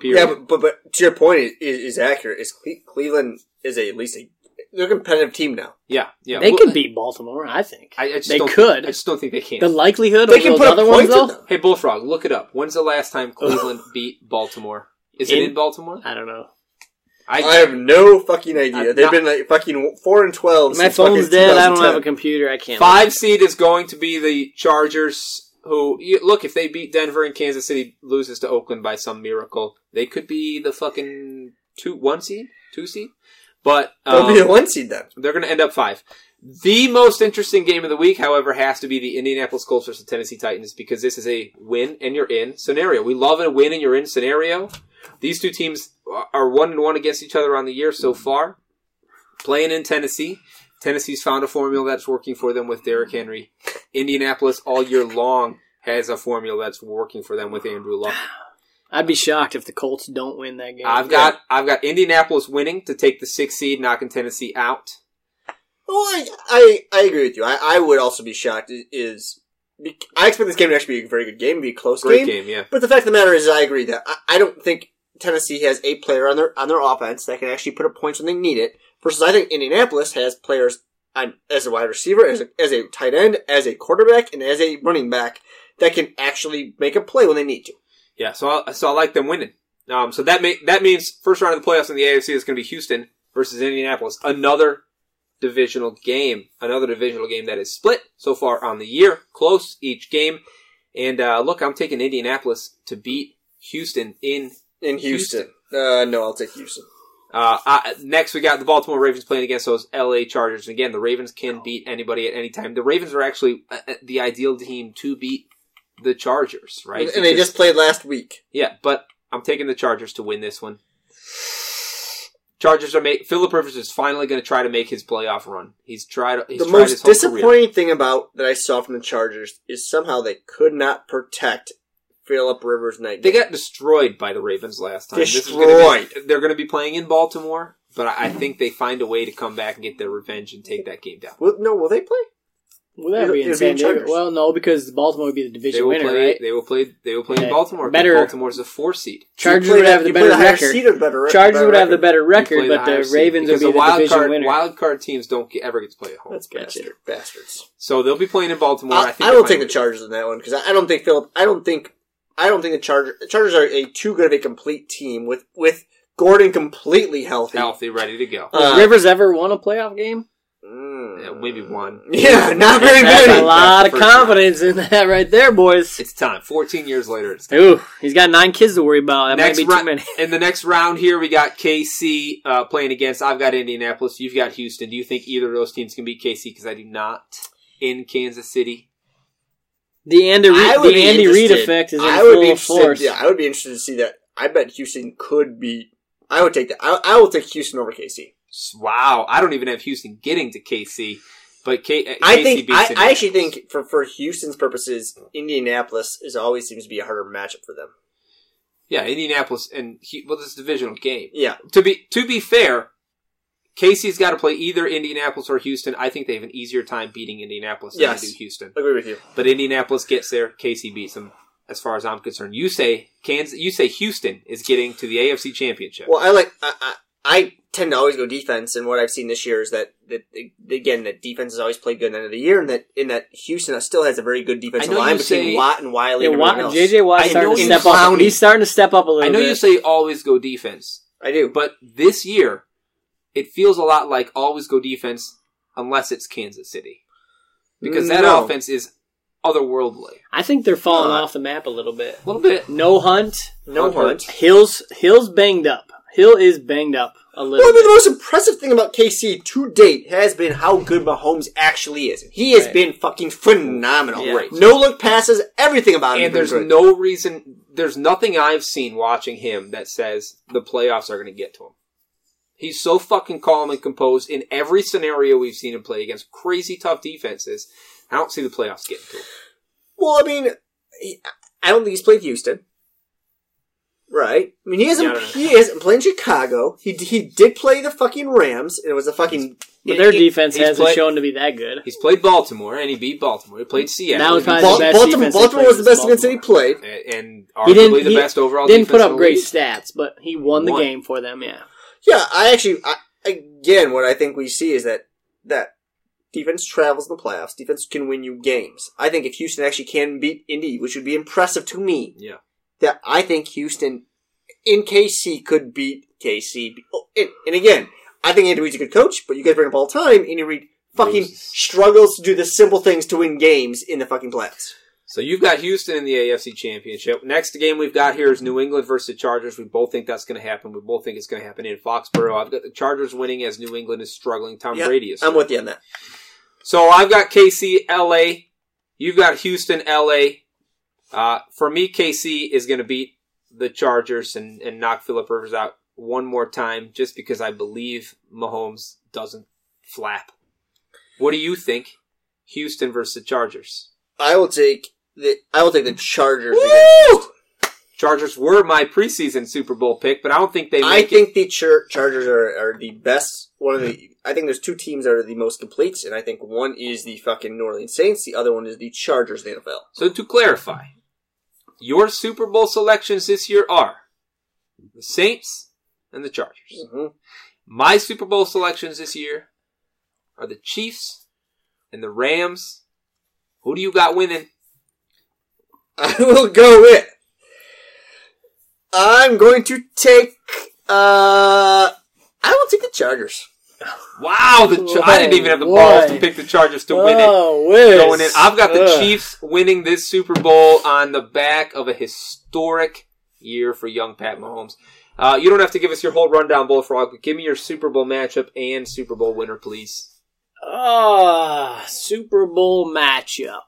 Period. Yeah, but, but but to your point is, is accurate. Is Cle- Cleveland is a, at least a they're a competitive team now. yeah, yeah. They Well, can beat Baltimore, I think. I, I just they don't- could. I just don't think they can. the likelihood They of can those put up other ones, points in though, them. Hey, Bullfrog, look it up. When's the last time Cleveland beat Baltimore? Is it In- in Baltimore? I don't know. I have no fucking idea. I'm They've not- been like fucking four and twelve. My since phone's fucking dead. I don't 2010. have a computer. I can't. Five seed is going to be the Chargers. Who you, look if they beat Denver and Kansas City loses to Oakland by some miracle, they could be the fucking two one seed, two seed. But They'll um, be the one seed then. they're going to end up five. The most interesting game of the week, however, has to be the Indianapolis Colts versus the Tennessee Titans because this is a win and you're in scenario. We love a win and you're in scenario. These two teams are one and one against each other on the year so far. Playing in Tennessee, Tennessee's found a formula that's working for them with Derrick Henry. Indianapolis all year long has a formula that's working for them with Andrew Luck. I'd be shocked if the Colts don't win that game. I've got I've got Indianapolis winning to take the sixth seed, knocking Tennessee out. Well, I, I, I agree with you. I, I would also be shocked. i- Is bec- I expect this game to actually be a very good game, be a close Great game. game, yeah. But the fact of the matter is, I agree that I, I don't think Tennessee has a player on their on their offense that can actually put up points when they need it. Versus, I think Indianapolis has players on, as a wide receiver, as a, as a tight end, as a quarterback, and as a running back that can actually make a play when they need to. Yeah, so I, so I like them winning. Um, so that may, that means first round of the playoffs in the AFC is going to be Houston versus Indianapolis, another divisional game, another divisional game that is split so far on the year, close each game. And uh, look, I'm taking Indianapolis to beat Houston in. In Houston, Uh, no, I'll take Houston. Uh, I, next, we got the Baltimore Ravens playing against those LA Chargers. And again, the Ravens can beat anybody at any time. The Ravens are actually uh, uh, the ideal team to beat the Chargers, right? And, and they Because- just played last week. yeah, but I'm taking the Chargers to win this one. Chargers are make Philip Rivers is finally going to try to make his playoff run. He's tried. He's the tried his most whole disappointing Career. thing about that I saw from the Chargers is somehow they could not protect Philip Rivers' night. They game. got destroyed by the Ravens last time. This is gonna be- Destroyed. they're going to be playing in Baltimore. but I I think they find a way to come back and get their revenge and take that game down. Well, no, will they play? Will that be in It'll- it'll be San in Diego? Chargers. Well, no, because Baltimore would be the They division will winner, play. right? They will play. They will play in Okay. Baltimore. Better- Better. Baltimore's a four seed. Chargers You play would have the you better play higher record. seed or the better- Chargers better would have the record? better You play record, but higher the seed Ravens would because be the, wild division card, winner. Wild card teams don't get, ever get to play at home. That's bastard, bastards. so they'll be playing in Baltimore. I, I, think I they don't find take a the way. Chargers in that one because I, I don't think Philip. I don't think I don't think the Chargers. The Chargers are a too good of a complete team with with Gordon completely healthy. healthy, ready to go. Uh, Has Rivers ever won a playoff game? Mm. Yeah, Uh, maybe one. Yeah, not very That's That's a the many. lot of first time. confidence in that right there, boys. It's time. Fourteen years later, it's time. Ooh, he's got nine kids to worry about. That might be rou- too many. in the next round here, we got KC uh, playing against. I've got Indianapolis. You've got Houston. Do you think either of those teams can beat KC? Because I do not. In Kansas City, The Andy, Re- I would the be Andy Reid interested. effect is in I would be full interested. force. Yeah, I would be interested to see that. I bet Houston could be. I would take that. I, I will take Houston over KC. S- wow! I don't even have Houston getting to KC, but K- uh, I KC think. beats I, I actually Indianapolis. think for for Houston's purposes, Indianapolis is always seems to be a harder matchup for them. yeah, Indianapolis and Hu- well, this is a divisional game. Yeah, To be to be fair, KC's got to play either Indianapolis or Houston. I think they have an easier time beating Indianapolis than Yes. they do Houston. agree with you. But Indianapolis gets there. KC beats them. As far as I'm concerned, you say Kansas. You say Houston is getting to the AFC Championship. Well, I like I, I I tend to always go defense, and what I've seen this year is that that again that defense has always played good at the end of the year, and that in that Houston still has a very good defensive I know line you between say- Watt and Wiley. Yeah, and Watt, everyone else. JJ Watt I starting know to you step up. clowny. He's starting to step up a little I know bit. you say always go defense, I do, but but this year it feels a lot like always go defense unless it's Kansas City because that No. offense is otherworldly. I think they're falling Uh, off the map a little bit. A little bit. No Hunt. no hurt. Hill's Hill's banged up. Hill is banged up a little. Well, I mean, the bit. most impressive thing about KC to date has been how good Mahomes actually is. He has been fucking phenomenal. Yeah. No look passes, everything about him. And there's good. no reason. There's nothing I've seen watching him that says the playoffs are going to get to him. He's so fucking calm and composed in every scenario we've seen him play against crazy tough defenses. I don't see the playoffs getting to him. Well, I mean, he- I don't think he's played Houston, right? I mean, he hasn't. Yeah, I don't know. he hasn't played Chicago. He he did play the fucking Rams, and it was a fucking. but their defense he's hasn't play- shown to be that good. He's played Baltimore and he beat Baltimore. He played Seattle. That was He probably beat Bal- the best Baltimore, defense they Baltimore played was the best was defense that he played. and He arguably didn't. the he best overall. didn't put defense in up the league. great stats, but he won the Won. game for them. Yeah. Yeah, I actually, I, again, what I think we see is that that defense travels in the playoffs. Defense can win you games. I think if Houston actually can beat Indy, which would be impressive to me, Yeah, that I think Houston in KC could beat KC. Oh, And, and again, I think Andy Reid's a good coach, but you guys bring up all the time. Andy Reid fucking Loses. struggles to do the simple things to win games in the fucking playoffs. so you've got Houston in the AFC Championship. Next game we've got here is New England versus the Chargers. We both think that's going to happen. We both think it's going to happen in Foxborough. I've got the Chargers winning as New England is struggling. Tom Yeah, Brady is. I'm with you on that. so I've got KC LA. You've got Houston LA. Uh, for me, KC is going to beat the Chargers and, and knock Philip Rivers out one more time, just because I believe Mahomes doesn't flap. What do you think? Houston versus the Chargers. I will take the I will take the Chargers. Chargers were my preseason Super Bowl pick, but I don't think they I make it. think the Char- Chargers are, are the best. One of the I think there's two teams that are the most complete, and I think one is the fucking New Orleans Saints. The other one is the Chargers. in The NFL. So to clarify, your Super Bowl selections this year are the Saints and the Chargers. Mhm. My Super Bowl selections this year are the Chiefs and the Rams. Who do you got winning? I will go with. I'm going to take. Uh, I will take the Chargers. Wow, the Ch- I didn't even have the Whoa, balls to boy. pick the Chargers to win it. Oh, Wiz. Going in, I've got the Ugh. Chiefs winning this Super Bowl on the back of a historic year for young Pat Mahomes. Uh, you don't have to give us your whole rundown, Bullfrog, but give me your Super Bowl matchup and Super Bowl winner, please. Ah, Super Bowl matchup.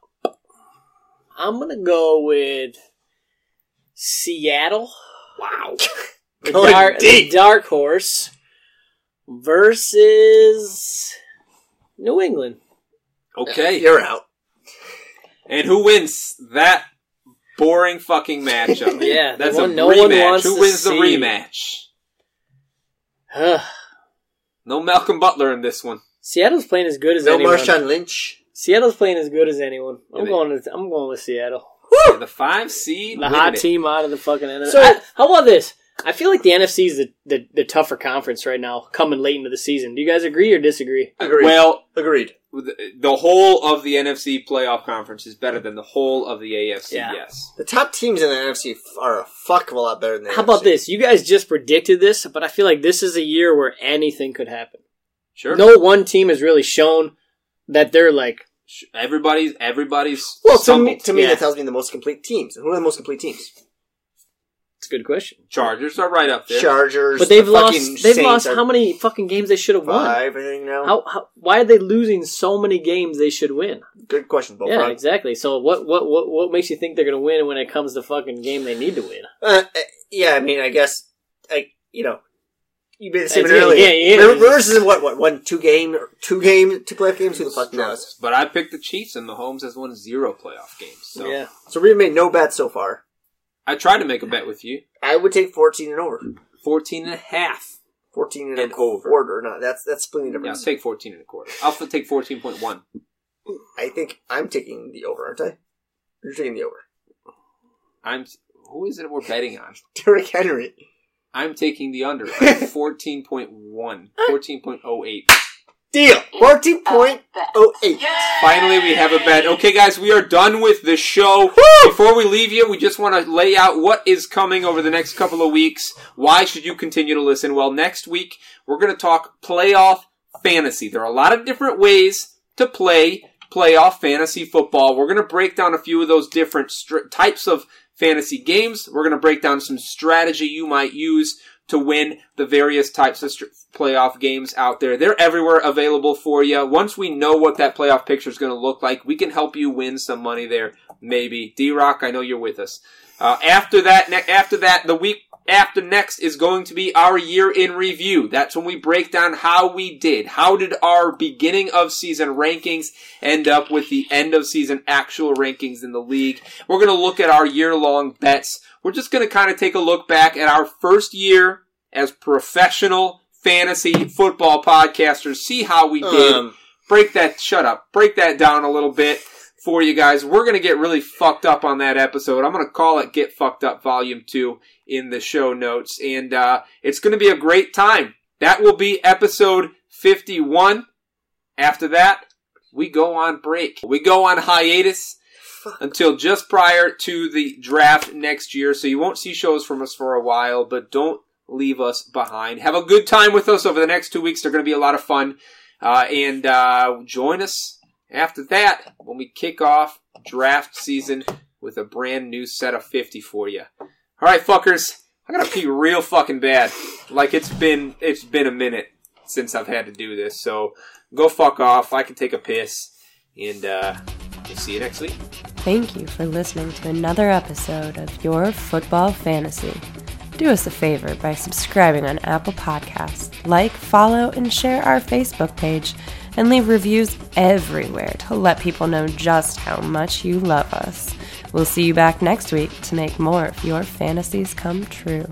I'm gonna go with Seattle. Wow. the, Going dar- the dark horse versus New England. Okay. You're out. And who wins that boring fucking matchup? Yeah, the that's one a no rematch. one wants who to wins the see. rematch? Ugh. No Malcolm Butler in this one. Seattle's playing as good as No anyone. Marshawn Lynch. Seattle's playing as good as anyone. I'm Yeah, going. With, I'm going with Seattle. Yeah, the five seed. The winning hot it. team out of the fucking NFL. So- I- how about this? I feel like the NFC is the, the, the tougher conference right now, coming late into the season. Do you guys agree or disagree? Agreed. Well, Agreed. the the whole of the NFC playoff conference is better than the whole of the AFC. Yeah. Yes. The top teams in the NFC f- are a fuck of a lot better than the How about NFC. this? You guys just predicted this, but I feel like this is a year where anything could happen. Sure. No one team has really shown that they're like Sh- Everybody's everybody's Well, to me, stumbled. to me Yeah. that tells me the most complete teams. Who are the most complete teams? it's a good question. Chargers are right up there. Chargers. But they've the lost fucking they've Saints lost are how many fucking games they should have won? Five, I think now. How, how why are they losing so many games they should win? Good question, Bob. yeah, Ron. exactly. So what what what what makes you think they're going to win when it comes to fucking game they need to win? Uh, uh, yeah, I mean, I guess, I you know, you made the statement yeah, earlier. yeah, yeah. River- Rivers is in what what one two game two game two playoff games. Who the fuck knows? But I picked the Chiefs, and Mahomes has won zero playoff games. So Yeah. So we've made no bets so far. I tried to make a bet with you. I would take fourteen and over. 14 and a half. Fourteen and, And a over. quarter. No, that's that's completely Yeah, I'll different. take 14 and a quarter. I'll f- take 14.1. I think I'm taking the over, aren't I? You're taking the over. I'm. Who is it we're betting on? Derrick Henry. I'm taking the under. I'm 14.1. 14.08. Deal. Fourteen point oh eight. Finally, we have a bet. Okay, guys, we are done with the show. Before we leave you, we just want to lay out what is coming over the next couple of weeks. Why should you continue to listen? Well, next week, we're going to talk playoff fantasy. There are a lot of different ways to play playoff fantasy football. We're going to break down a few of those different str- types of fantasy games. We're going to break down some strategy you might use to win the various types of str- playoff games out there. They're everywhere available for you. Once we know what that playoff picture is going to look like, we can help you win some money there. Maybe D Rock, I know you're with us. Uh, after that, ne- after that, the week after next is going to be our year in review. That's when we break down how we did. How did our beginning of season rankings end up with the end of season actual rankings in the league? We're going to look at our year long bets. We're just going to kind of take a look back at our first year as professional fantasy football podcasters, see how we did Um, break that shut up break that down a little bit for you guys we're gonna get really fucked up on that episode i'm gonna call it get fucked up volume 2 in the show notes and uh, it's gonna be a great time that will be episode 51 after that we go on break we go on hiatus until just prior to the draft next year so you won't see shows from us for a while but don't leave us behind have a good time with us over the next two weeks they're gonna be a lot of fun uh, and uh, join us after that when we kick off draft season with a brand new set of 50 for you. All right, fuckers, I gotta pee real fucking bad. Like it's been it's been a minute since I've had to do this, so go fuck off. I can take a piss, and uh, we'll see you next week. Thank you for listening to another episode of Your Football Fantasy. Do us a favor by subscribing on Apple Podcasts, like, follow, and share our Facebook page, and leave reviews everywhere to let people know just how much you love us. We'll see you back next week to make more of your fantasies come true.